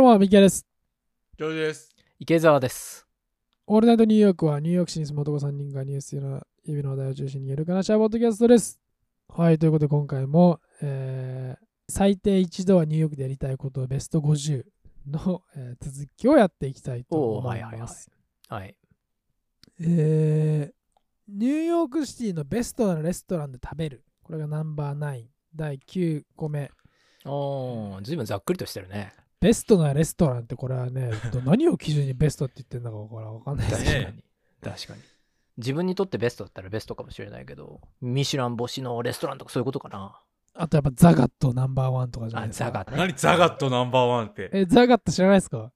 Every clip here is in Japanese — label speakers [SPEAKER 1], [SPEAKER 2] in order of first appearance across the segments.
[SPEAKER 1] も、ミキヤです。
[SPEAKER 2] ジョージです。
[SPEAKER 3] 池澤です。
[SPEAKER 1] オールナイトニューヨークは、ニューヨーク市に住む男3人がニュースやら日々の話題を中心にゆるく話し合うポッドキャストです。はい、ということで今回も、えー最低一度はニューヨークでやりたいことベスト50の、えー続きをやっていきたいと
[SPEAKER 3] おー
[SPEAKER 1] 思
[SPEAKER 3] はいいはいはい
[SPEAKER 1] ます。
[SPEAKER 3] はい。
[SPEAKER 1] えーニューヨークシティのベストなレストランで食べる。これがナンバー9、第9個目。
[SPEAKER 3] おー、ずいぶんざっくりとしてるね。
[SPEAKER 1] ベストなレストランってこれはね、ど 何を基準にベストって言ってんだかわかんないです
[SPEAKER 3] 確
[SPEAKER 1] けど
[SPEAKER 3] か
[SPEAKER 2] ね
[SPEAKER 3] に。確かに。自分にとってベストだったらベストかもしれないけど、ミシュラン星のレストランとかそういうことかな。
[SPEAKER 1] あとやっぱザガットナンバーワンとかじゃない
[SPEAKER 3] あ、
[SPEAKER 1] ですか。
[SPEAKER 3] ザガッね。
[SPEAKER 2] 何ザガットナンバーワンって。
[SPEAKER 1] え、ザガット知らないですか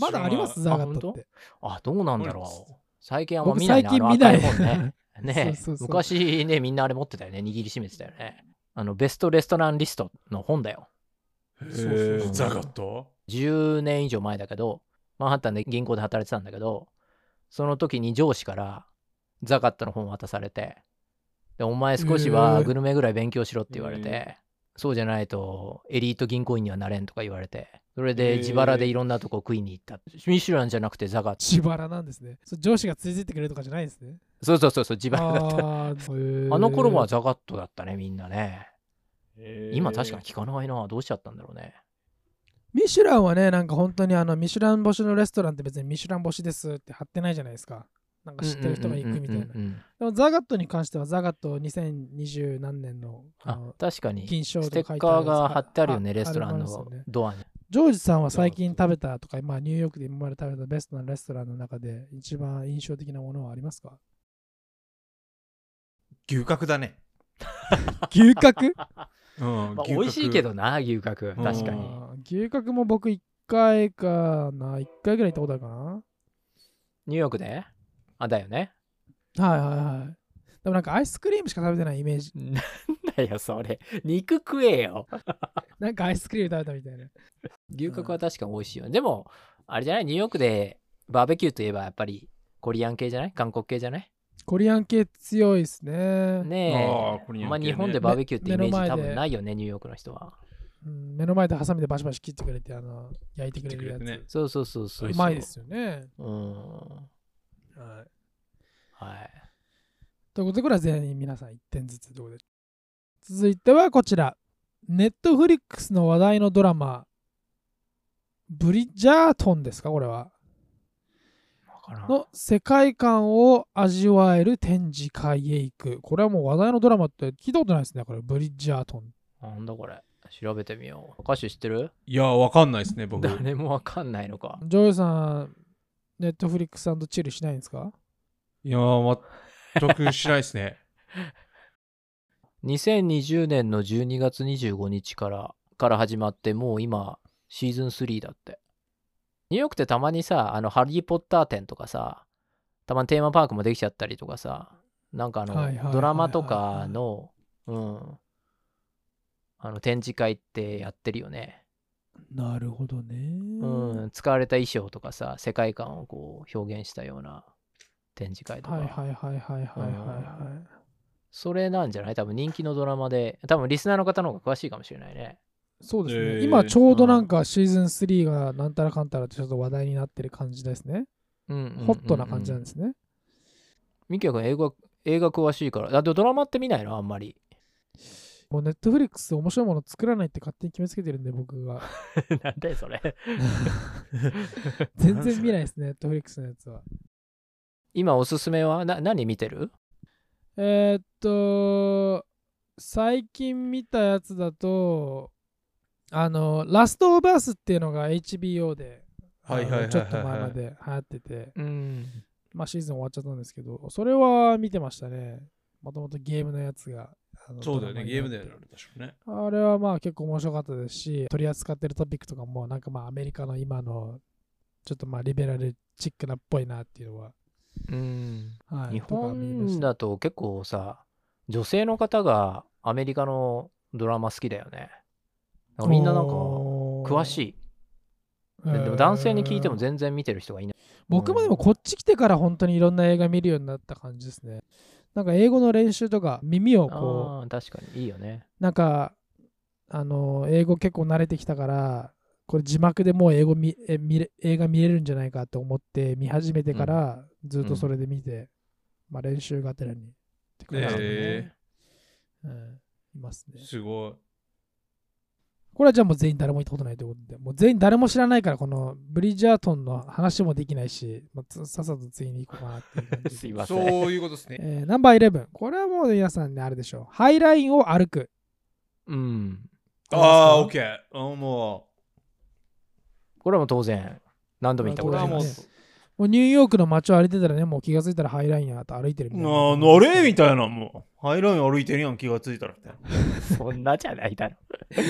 [SPEAKER 1] まだあります
[SPEAKER 2] 知
[SPEAKER 3] ら
[SPEAKER 1] ザ
[SPEAKER 3] ない
[SPEAKER 1] ガットって。
[SPEAKER 3] あ、どうなんだ
[SPEAKER 2] 俺
[SPEAKER 3] ろう。最近あんま
[SPEAKER 1] 僕
[SPEAKER 3] 見ないね。
[SPEAKER 1] 最近
[SPEAKER 3] あの
[SPEAKER 1] 見ない
[SPEAKER 3] 赤も んね。ね
[SPEAKER 1] そうそうそう
[SPEAKER 3] 昔ね、みんなあれ持ってたよね。握りしめてたよね。あの、ベストレストランリストの本だよ。
[SPEAKER 1] そ
[SPEAKER 2] へ
[SPEAKER 1] うそうそう
[SPEAKER 2] ーザガット
[SPEAKER 3] 10年以上前だけど、マンハッタンで銀行で働いてたんだけど、その時に上司からザガットの本を渡されて、で、お前少し
[SPEAKER 1] へ
[SPEAKER 3] は
[SPEAKER 1] え
[SPEAKER 3] グルメぐらい勉強しろって言われて、
[SPEAKER 2] へ
[SPEAKER 3] そうじゃないとエリート銀行員にはなれんとか言われて、それ
[SPEAKER 2] へえ
[SPEAKER 3] で自腹でいろんなとこ食いに行った。ミシュランじゃなくてザガット。
[SPEAKER 1] 自腹なんですね。そう上司がついてってくれるとかじゃないんです ね。
[SPEAKER 3] そうそうそうそう、自腹だった。
[SPEAKER 1] あー
[SPEAKER 3] あの頃
[SPEAKER 1] へ
[SPEAKER 3] は
[SPEAKER 1] ー
[SPEAKER 3] ザガットだったね、みんなね。今確かに聞かないな。どうしちゃったんだろうね。
[SPEAKER 1] ミシュランはね、なんか本当にあのミシュラン星のレストランって別にミシュラン星ですって貼ってないじゃないですか。なんか知ってる人が行くみたいな。
[SPEAKER 3] うんうん
[SPEAKER 1] で
[SPEAKER 3] うんうんうん
[SPEAKER 1] もザガットに関してはザガット2020何年のあ
[SPEAKER 3] あ
[SPEAKER 1] の、
[SPEAKER 3] 確かに。
[SPEAKER 1] 金賞
[SPEAKER 3] ス
[SPEAKER 1] とか書
[SPEAKER 3] テ
[SPEAKER 1] いてあ
[SPEAKER 3] ッ
[SPEAKER 1] る
[SPEAKER 3] カーが貼ってあるよね、
[SPEAKER 1] やつ
[SPEAKER 3] レストラン
[SPEAKER 1] ああれもあるん
[SPEAKER 3] の
[SPEAKER 1] ですよね
[SPEAKER 3] ドアに。
[SPEAKER 1] ジョージさんは最近食べたとか、まあ、ニューヨークで今まで食べたベストなレストランの中で一番印象的なものはありますか
[SPEAKER 2] 牛角だね。
[SPEAKER 1] 牛 角
[SPEAKER 2] うん
[SPEAKER 3] まあ、
[SPEAKER 2] 牛
[SPEAKER 3] 美
[SPEAKER 2] 角
[SPEAKER 3] 味しいけどな、牛角。
[SPEAKER 2] うん
[SPEAKER 3] 確かに。
[SPEAKER 1] あー牛角も僕1回かな、1回ぐらい行ったことあるか
[SPEAKER 3] ニューヨークであ、だよね。
[SPEAKER 1] な。はいはいはい。でもなんかアイスクリームしか食べてないイメージ。
[SPEAKER 3] なんだよ、それ。肉食えよ。
[SPEAKER 1] なんかアイスクリーム食べたみたいな。
[SPEAKER 3] 牛角は確かに美味しいよ。でも、あれじゃないニューヨークでバーベキューといえばやっぱりコリアン系じゃない韓国系じゃない
[SPEAKER 1] コリアン系強いですね。
[SPEAKER 3] ね
[SPEAKER 2] あーコリ
[SPEAKER 3] え。
[SPEAKER 2] アン系ね
[SPEAKER 3] まあ日本でバーベキューってイメー
[SPEAKER 1] め目の
[SPEAKER 3] ジ多
[SPEAKER 1] 前で
[SPEAKER 3] 分ないよね、ニューヨークの人は。
[SPEAKER 1] うん、目の前でハサミでバシバシ切ってくれて、あの焼いてくれるやつ。
[SPEAKER 2] 切ってくれてね
[SPEAKER 3] そうそうそうそう。
[SPEAKER 1] うまいですよね。
[SPEAKER 3] うん。
[SPEAKER 1] はい、
[SPEAKER 3] はい。
[SPEAKER 1] ということで、これは全員皆さん1点ずつということで。続いてはこちら。ネットフリックスの話題のドラマ、ブリジャートンですか、これは。
[SPEAKER 3] わからん。
[SPEAKER 1] の世界観を味わえる展示会へ行く。これはもう話題のドラマって聞いたことないですね。これ、ブリッジャートン。
[SPEAKER 3] なんだこれ。調べてみよう。歌手知ってる
[SPEAKER 2] いや、わかんないですね、僕。
[SPEAKER 3] 誰もわかんないのか。
[SPEAKER 1] ジョイさん、ネットフリックスチルしないんですか
[SPEAKER 2] いやー、全くしないですね。
[SPEAKER 3] 2020年の12月25日からから始まってもう今シーズン3だってニューヨークってたまにさあのハリー・ポッター展とかさたまにテーマパークもできちゃったりとかさなんかあ
[SPEAKER 1] はいはいはいはいは
[SPEAKER 3] の
[SPEAKER 1] い
[SPEAKER 3] ドラマとかのうんあの展示会ってやってるよね、
[SPEAKER 1] なるほどね。
[SPEAKER 3] うん、使われた衣装とかさ世界観をこう表現したような展示会とか、
[SPEAKER 1] はいはいはいはいはいはいは
[SPEAKER 3] それなんじゃない多分人気のドラマで多分リスナーの方の方が詳しいかもしれないね
[SPEAKER 1] い。そうですね。
[SPEAKER 2] えー
[SPEAKER 1] 今ちょうどなんかシーズン3がなんたらかんたらってちょっと話題になってる感じですね。
[SPEAKER 3] うんうんうんうん
[SPEAKER 1] ホットな感じなんですね。
[SPEAKER 3] ミキヤ君英語映画詳しいから。だってドラマって見ないのあんまり。
[SPEAKER 1] もうネットフリックス面白いもの作らないって勝手に決めつけてるんで僕 が。
[SPEAKER 3] なんだよそれ。
[SPEAKER 1] 全然見ないですね、ネットフリックスのやつは。
[SPEAKER 3] 今おすすめはな何見てる
[SPEAKER 1] えーっと、最近見たやつだと、あの、ラストオブアスっていうのが HBO で、あの
[SPEAKER 2] はいはいはいはいはい
[SPEAKER 1] ちょっと前まで流行ってて、
[SPEAKER 3] うん。
[SPEAKER 1] まあシーズン終わっちゃったんですけど、それは見てましたね。もともとゲームのやつが。あの
[SPEAKER 2] そうだよね、
[SPEAKER 1] ド
[SPEAKER 2] ゲ
[SPEAKER 1] ラ
[SPEAKER 2] ー
[SPEAKER 1] マ
[SPEAKER 2] ム
[SPEAKER 1] に
[SPEAKER 2] だ
[SPEAKER 1] なって
[SPEAKER 2] よね、確かね。
[SPEAKER 1] あれはまあ結構面白かったですし、取り扱ってるトピックとかも、なんかまあアメリカの今の、ちょっとまあリベラルチックなっぽいなっていうのは、
[SPEAKER 3] うん、
[SPEAKER 1] はい、
[SPEAKER 3] 日
[SPEAKER 1] とか見まし
[SPEAKER 3] 本
[SPEAKER 1] た
[SPEAKER 3] だと結構さ、女性の方がアメリカのドラマ好きだよね。なんかみんななんか詳しい。
[SPEAKER 1] い
[SPEAKER 3] でも男性に聞いても
[SPEAKER 1] 全
[SPEAKER 3] 全然見てる人がいない。
[SPEAKER 1] 僕もでもこっち来てから本当にいろんな映画見るようになった感じですね。なんか英語の練習とか耳をこ
[SPEAKER 3] ああー、確かにいいよね。
[SPEAKER 1] うなんかあの英語結構慣れてきたからこれ字幕でもう英語見え見れ映画見れるんじゃないかと思って見始めてからずっとそれで見て、まあ練習がてらにって感じで、ね
[SPEAKER 2] え
[SPEAKER 1] うん、いますね
[SPEAKER 2] ー、すごい。
[SPEAKER 1] これはじゃあもう全員誰も行ったことないということで、もう全員誰も知らないから、このブリジャートンの話もできないし、まあつさっさと次に行こうかなっていう感 じ
[SPEAKER 3] すいませ
[SPEAKER 2] そ
[SPEAKER 3] ん。
[SPEAKER 2] ういうこ とですね。
[SPEAKER 1] えーナンバー11。これはもう皆さんね、あれでしょう。ハイラインを歩く。
[SPEAKER 3] うん。
[SPEAKER 2] ああ、
[SPEAKER 1] ど
[SPEAKER 2] オッケー。うんも
[SPEAKER 3] これはもう当然、何度も言った
[SPEAKER 2] う、
[SPEAKER 3] こ
[SPEAKER 2] ことれ
[SPEAKER 3] あ
[SPEAKER 2] は
[SPEAKER 3] り
[SPEAKER 2] も
[SPEAKER 3] ま
[SPEAKER 2] う、
[SPEAKER 1] ね
[SPEAKER 3] す。
[SPEAKER 1] もうニューヨークの街を歩いてたらね、もう気がついたらハイラインやと歩いてるみたいな。
[SPEAKER 2] ななれみたいな、もう。ハイライン歩いてるやん、気がついたらみたいな。
[SPEAKER 3] そんなじゃないだろ。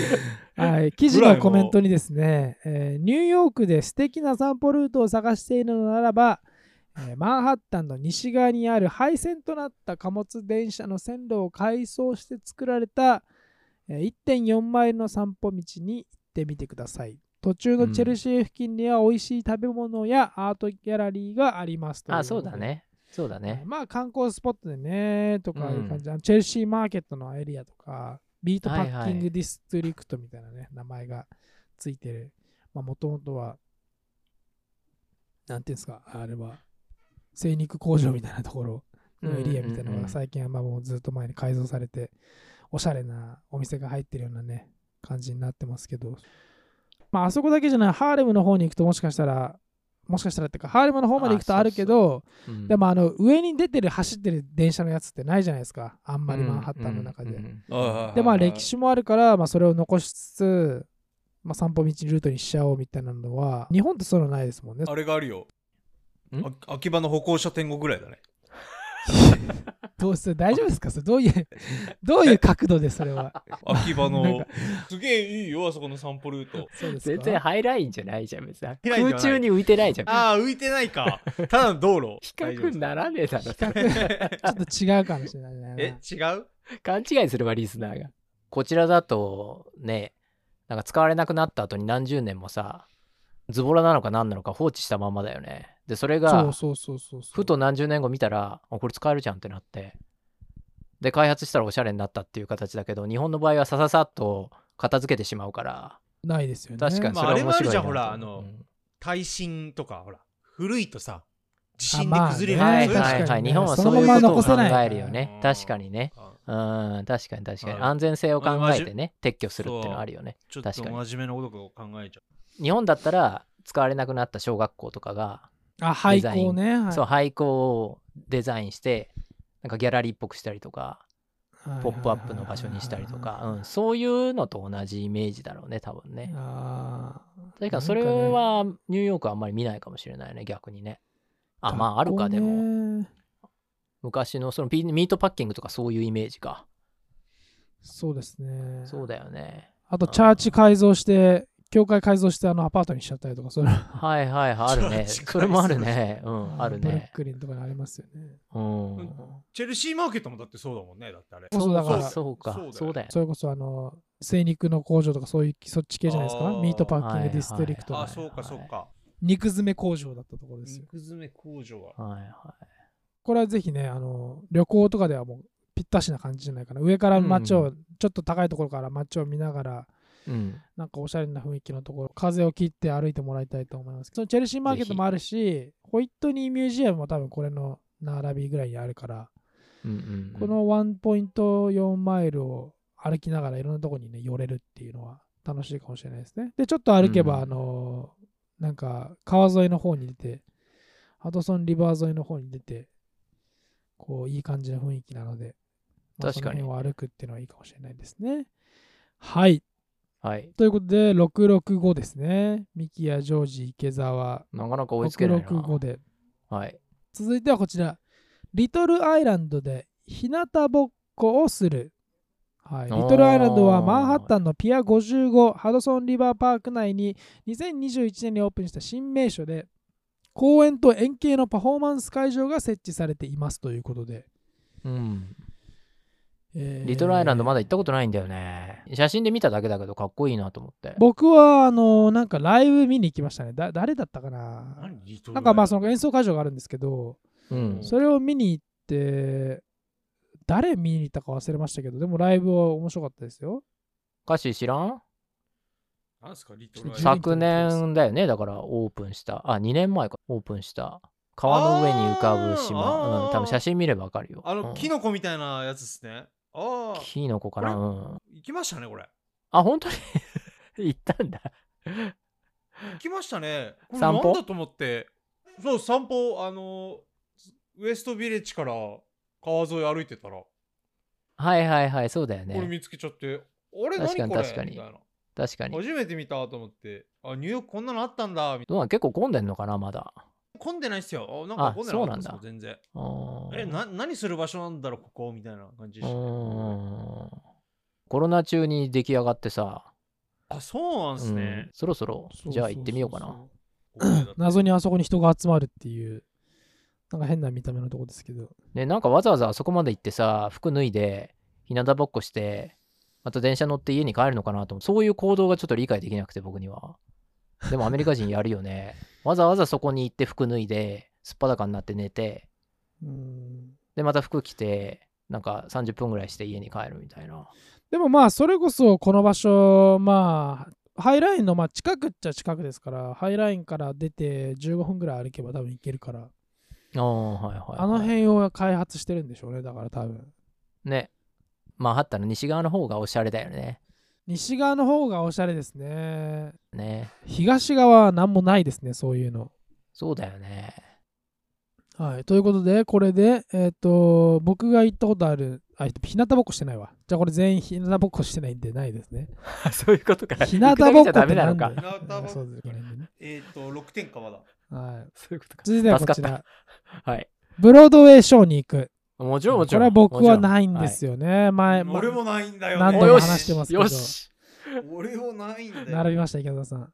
[SPEAKER 1] はい、記事のコメントにですね、えーニューヨークで素敵な散歩ルートを探しているのならば、えーマンハッタンの西側にある廃線となった貨物電車の線路を改装して作られた、えー1.4マイルの散歩道に行ってみてください。途中のチェルシー付近には美味しい食べ物やアートギャラリーがありますとい
[SPEAKER 3] あ、
[SPEAKER 1] こと
[SPEAKER 3] そう
[SPEAKER 1] で
[SPEAKER 3] だ。ね。そうだね。
[SPEAKER 1] まあ観光スポットでねとかいう感じ、あのチェルシーマーケットのエリアとかビートパッキングディストリクトみたいなね、名前がついてるまあもともとはなんていうんですかあれは精肉工場みたいなところのエリアみたいなのが
[SPEAKER 3] うんうんうん
[SPEAKER 1] 最近はまあもうずっと前に改造されておしゃれなお店が入ってるようなね感じになってますけどまああそこだけじゃないハーレムの方に行くともしかしたらもしかしたらってかハーレムの方まで行くと
[SPEAKER 3] あ
[SPEAKER 1] あるけど
[SPEAKER 3] うん
[SPEAKER 1] でもあの上に出てる走ってる電車のやつってないじゃないですかあんまりマンハッタンの中で、
[SPEAKER 3] うんうんうん
[SPEAKER 2] はいはいはい
[SPEAKER 1] でまあ歴史もあるから、まあ、それを残しつつ、まあ、散歩道ルートにしちゃおうみたいなのは日本ってそういうのないですも んね
[SPEAKER 2] あれがあるよ。
[SPEAKER 3] ん
[SPEAKER 2] あ秋葉の歩行者天国ぐらいだね。
[SPEAKER 1] どうする大丈夫ですかそれどういうどういう角度でそれは
[SPEAKER 2] 秋葉
[SPEAKER 1] なん
[SPEAKER 2] の
[SPEAKER 1] か。
[SPEAKER 2] すげえいいよ、あそこの散歩ルート。
[SPEAKER 1] そうです
[SPEAKER 3] 全
[SPEAKER 1] か
[SPEAKER 3] 然ハイラインじゃないじゃん、別
[SPEAKER 2] イ
[SPEAKER 3] に。
[SPEAKER 2] ラインじゃない
[SPEAKER 3] 空中に浮いてないじゃん。
[SPEAKER 2] ああ、浮いてないか。ただの道 路。
[SPEAKER 3] 比較にならねえだろ。
[SPEAKER 1] ちょっと違うかもしれないね
[SPEAKER 2] え、違う
[SPEAKER 3] 勘違いするわ、リスナーが。こちらだと、ね、なんか使われなくなった後に何十年もさ、ズボラなのか何なのか放置したままだよね。で、それ
[SPEAKER 1] そう
[SPEAKER 3] が、
[SPEAKER 1] そうそうそうそう
[SPEAKER 3] ふと何十年後見たら、あこれ使えるじゃんってなって。で、開発したらおしゃれになったっていう形だけど、日本の場合はさささっと片付けてしまうから、
[SPEAKER 1] ないですよね
[SPEAKER 3] 確かに
[SPEAKER 2] ま
[SPEAKER 3] そ
[SPEAKER 2] あ
[SPEAKER 3] れは面白いなと思
[SPEAKER 2] あれ
[SPEAKER 3] う、
[SPEAKER 2] もあるじゃんほらあの
[SPEAKER 3] うん
[SPEAKER 2] 耐震とか、ほら、古いとさ、
[SPEAKER 1] あ
[SPEAKER 2] 地震で
[SPEAKER 1] まあ
[SPEAKER 2] 崩れる
[SPEAKER 3] はい
[SPEAKER 2] そういうの
[SPEAKER 3] はい
[SPEAKER 1] 確か
[SPEAKER 3] はい。
[SPEAKER 1] にね
[SPEAKER 3] 日本は
[SPEAKER 1] その
[SPEAKER 3] そう
[SPEAKER 1] ま
[SPEAKER 3] いう
[SPEAKER 1] ま
[SPEAKER 3] ことを
[SPEAKER 1] 残
[SPEAKER 3] 考
[SPEAKER 1] せない
[SPEAKER 3] えるよね
[SPEAKER 2] うん。
[SPEAKER 3] 確かにね。うん、確かに確かに。
[SPEAKER 2] はい
[SPEAKER 3] 安全性を考えてね、撤去するっていうの
[SPEAKER 2] そう
[SPEAKER 3] はあるよね。
[SPEAKER 2] ちょっと
[SPEAKER 3] 確かに
[SPEAKER 2] 真面目なことを考えちゃ
[SPEAKER 3] 日本だったら使われなくなった小学校とかが、
[SPEAKER 1] あ廃校ねはい
[SPEAKER 3] そう廃校をデザインしてなんかギャラリーっぽくしたりとか
[SPEAKER 1] はい
[SPEAKER 3] ポップアップの場所にしたりと
[SPEAKER 1] はい
[SPEAKER 3] か、
[SPEAKER 1] はいはい
[SPEAKER 3] うん、そういうのと同じイメージだろうね多分ね
[SPEAKER 1] あー
[SPEAKER 3] 確かにそれ
[SPEAKER 1] なんかね
[SPEAKER 3] はニューヨークはあんまり見ないかもしれないね逆にねあまああるかで
[SPEAKER 1] 学校
[SPEAKER 3] も
[SPEAKER 1] ね
[SPEAKER 3] 昔のそのピミートパッキングとかそういうイメージか
[SPEAKER 1] そうですね。
[SPEAKER 3] そうだよね
[SPEAKER 1] あと、チャーチ改造して、教会改造して、あの、アパートにしちゃったりとか、それは、
[SPEAKER 3] はいはい はいあるね
[SPEAKER 2] 近い
[SPEAKER 3] それもあるねうんある
[SPEAKER 1] ブルッ
[SPEAKER 3] ね
[SPEAKER 1] クリンとかにありますよね。
[SPEAKER 3] うん
[SPEAKER 2] うんう。チェルシーマーケットもだってそうだもんね、だってあれ。
[SPEAKER 1] そうだから
[SPEAKER 3] そうか
[SPEAKER 2] そ
[SPEAKER 3] そうう
[SPEAKER 2] だ
[SPEAKER 3] だ
[SPEAKER 2] よ
[SPEAKER 3] よ
[SPEAKER 1] それこそ、あの、精肉の工場とか、そういう、そっち系じゃないです
[SPEAKER 2] あ
[SPEAKER 1] か。
[SPEAKER 2] ー
[SPEAKER 1] ミートパッキングディストリクト
[SPEAKER 3] そ
[SPEAKER 1] の
[SPEAKER 3] うだよ
[SPEAKER 2] あ、そうか、そうか。
[SPEAKER 1] 肉詰め工場だったところですよ。
[SPEAKER 2] 肉詰め工場は。
[SPEAKER 3] はいはい
[SPEAKER 1] これはぜひね、あの、旅行とかではもう、ぴったしな感じじゃないかな。上から街
[SPEAKER 3] うん
[SPEAKER 1] を、ちょっと高いところから街を見ながら、
[SPEAKER 3] うん
[SPEAKER 1] なんかおしゃれな雰囲気のところ、風を切って歩いてもらいたいと思います。そのチェルシーマーケットもあるし、ホイットニーミュージアムも多分これの並びぐらいにあるから、
[SPEAKER 3] うんうんうん
[SPEAKER 1] この1.4マイルを歩きながらいろんなとこにね、寄れるっていうのは楽しいかもしれないですね。で、ちょっと歩けば、
[SPEAKER 3] うん
[SPEAKER 1] あのーなんか川沿いの方に出て、ハドソンリバー沿いの方に出て、こう、いい感じの雰囲気なので、まあ
[SPEAKER 3] 確かに
[SPEAKER 1] その辺を歩くっていうのはいいかもしれないですね。はい。
[SPEAKER 3] はい
[SPEAKER 1] ということで、665ですね。ミキやジョージ、池澤、
[SPEAKER 3] なかなか追いつけないな。
[SPEAKER 1] 665で。
[SPEAKER 3] はい。
[SPEAKER 1] 続いてはこちら。リトルアイランドで日向ぼっこをする。はい、
[SPEAKER 3] あ
[SPEAKER 1] リ
[SPEAKER 3] ー
[SPEAKER 1] トルアイランドはマンハッタンのピア55ハドソンリバーパーク内に2021年にオープンした新名所で公園と円形のパフォーマンス会場が設置されていますということで、
[SPEAKER 3] うん。
[SPEAKER 1] えー
[SPEAKER 3] リトルアイランドまだ行ったことないんだよね。写真で見ただけだけどかっこいいなと思って。
[SPEAKER 1] 僕はあのなんかライブ見に行きましたねだ誰だったかな
[SPEAKER 2] 何リトル
[SPEAKER 1] なんかまあそ
[SPEAKER 2] の
[SPEAKER 1] の演奏会場があるんですけど
[SPEAKER 3] うん。
[SPEAKER 1] それを見に行って、誰見に行ったか忘れましたけど、でもライブは面白かったですよ。
[SPEAKER 3] 歌詞知らん
[SPEAKER 4] なんすかリトライ
[SPEAKER 1] 12
[SPEAKER 4] さ
[SPEAKER 3] 昨年だよね、だからオープンした、あ、2年前か、オープンした、川の上に浮かぶ
[SPEAKER 2] あー
[SPEAKER 3] 島、うん、多分写真見ればわかるよ。
[SPEAKER 2] あ
[SPEAKER 3] う
[SPEAKER 2] の、
[SPEAKER 3] ん
[SPEAKER 2] キノコみたいなやつですね。ああ、
[SPEAKER 3] キノコかな、
[SPEAKER 2] これ
[SPEAKER 3] うん。
[SPEAKER 2] 行きましたね、これ。
[SPEAKER 3] あ、本当に 行ったんだ。
[SPEAKER 2] 行きましたね。これ
[SPEAKER 3] 散歩
[SPEAKER 2] なんだと思って。そう、散歩、あの、ウエストビレッジから川沿い歩いてたら、こ
[SPEAKER 3] はいはいはい、そうだよ
[SPEAKER 2] れ
[SPEAKER 3] ね。
[SPEAKER 2] 見つけちゃって、あれ、何
[SPEAKER 3] 確かに
[SPEAKER 2] これ
[SPEAKER 3] 確かに
[SPEAKER 2] みたいな
[SPEAKER 3] 確かに。
[SPEAKER 2] 初めて見たと思って、あ、ニューヨークこんなのあったんだ、みたい
[SPEAKER 3] どうなん結構混んでんのかな、まだ。
[SPEAKER 2] な。混んでないっすよ。あなんか混んでなかったっすよ
[SPEAKER 3] あそうなんだ
[SPEAKER 2] 全然。
[SPEAKER 3] うーん
[SPEAKER 2] え、な、何する場所なんだろう、ここ、みたいな感じ
[SPEAKER 3] う
[SPEAKER 2] でしたね
[SPEAKER 3] ーんコロナ中に出来上がってさ、
[SPEAKER 2] あ、そうなんす
[SPEAKER 3] うん
[SPEAKER 2] ね、。
[SPEAKER 3] そろそろ
[SPEAKER 1] そうそうそうそう
[SPEAKER 3] じゃあ行ってみようかな。
[SPEAKER 1] 謎にあそこに人が集まるっていう、なんか変な見た目のとこですけど。
[SPEAKER 3] ね、なんかわざわざあそこまで行ってさ、服脱いで、日向ぼっこして、また電車乗って家に帰るのかなと思って、そういう行動がちょっと理解できなくて、僕には。でもアメリカ人やるよ ね。わざわざそこに行って服脱いで、すっぱだかになって寝て、
[SPEAKER 1] うん
[SPEAKER 3] で、また服着て、なんか30分ぐらいして家に帰るみたいな。
[SPEAKER 1] でもまあ、それこそこの場所、まあ、ハイラインのまあ近くっちゃ近くですから、ハイラインから出て15分ぐらい歩けば多分行けるから、
[SPEAKER 3] ああ、はいはい、はい。
[SPEAKER 1] あの辺を開発してるんでしょうね、だから多分。
[SPEAKER 3] ね。マンハッタンの西側の方がおしゃれだよね。
[SPEAKER 1] 西側の方がおしゃれですね。
[SPEAKER 3] ね。
[SPEAKER 1] 東側は何もないですね、そういうの。
[SPEAKER 3] そうだよね。
[SPEAKER 1] はい、ということで、これで、えっ、と、僕が行ったことある、あ、日向ぼっこしてないわ。じゃあこれ全員日向ぼっこしてないんでないです ね。
[SPEAKER 3] そういうこと か
[SPEAKER 1] 日向ぼっこって
[SPEAKER 3] ダメな
[SPEAKER 1] な
[SPEAKER 3] の
[SPEAKER 1] んだ
[SPEAKER 3] か
[SPEAKER 1] よ。。
[SPEAKER 2] 日向ぼっこ
[SPEAKER 1] そうですこれね
[SPEAKER 2] えっ、と、6点かまだ。
[SPEAKER 1] はい。
[SPEAKER 3] そういうことか。
[SPEAKER 1] 続いてはこち
[SPEAKER 3] 助からっ。はい。
[SPEAKER 1] ブロードウェイショーに行く。
[SPEAKER 3] もちろん、
[SPEAKER 1] こ
[SPEAKER 3] もちろ
[SPEAKER 1] れ
[SPEAKER 3] ん。
[SPEAKER 1] は僕は
[SPEAKER 3] も
[SPEAKER 1] ないんですよね。前、ま
[SPEAKER 2] 俺もないんだよ、ね。
[SPEAKER 1] 何
[SPEAKER 3] ち
[SPEAKER 1] 度
[SPEAKER 3] ろん。
[SPEAKER 1] も
[SPEAKER 3] およ
[SPEAKER 1] 話してます
[SPEAKER 3] し、
[SPEAKER 1] けど
[SPEAKER 3] よし。
[SPEAKER 2] 俺もないんだよ。
[SPEAKER 1] 並びました、池田さん。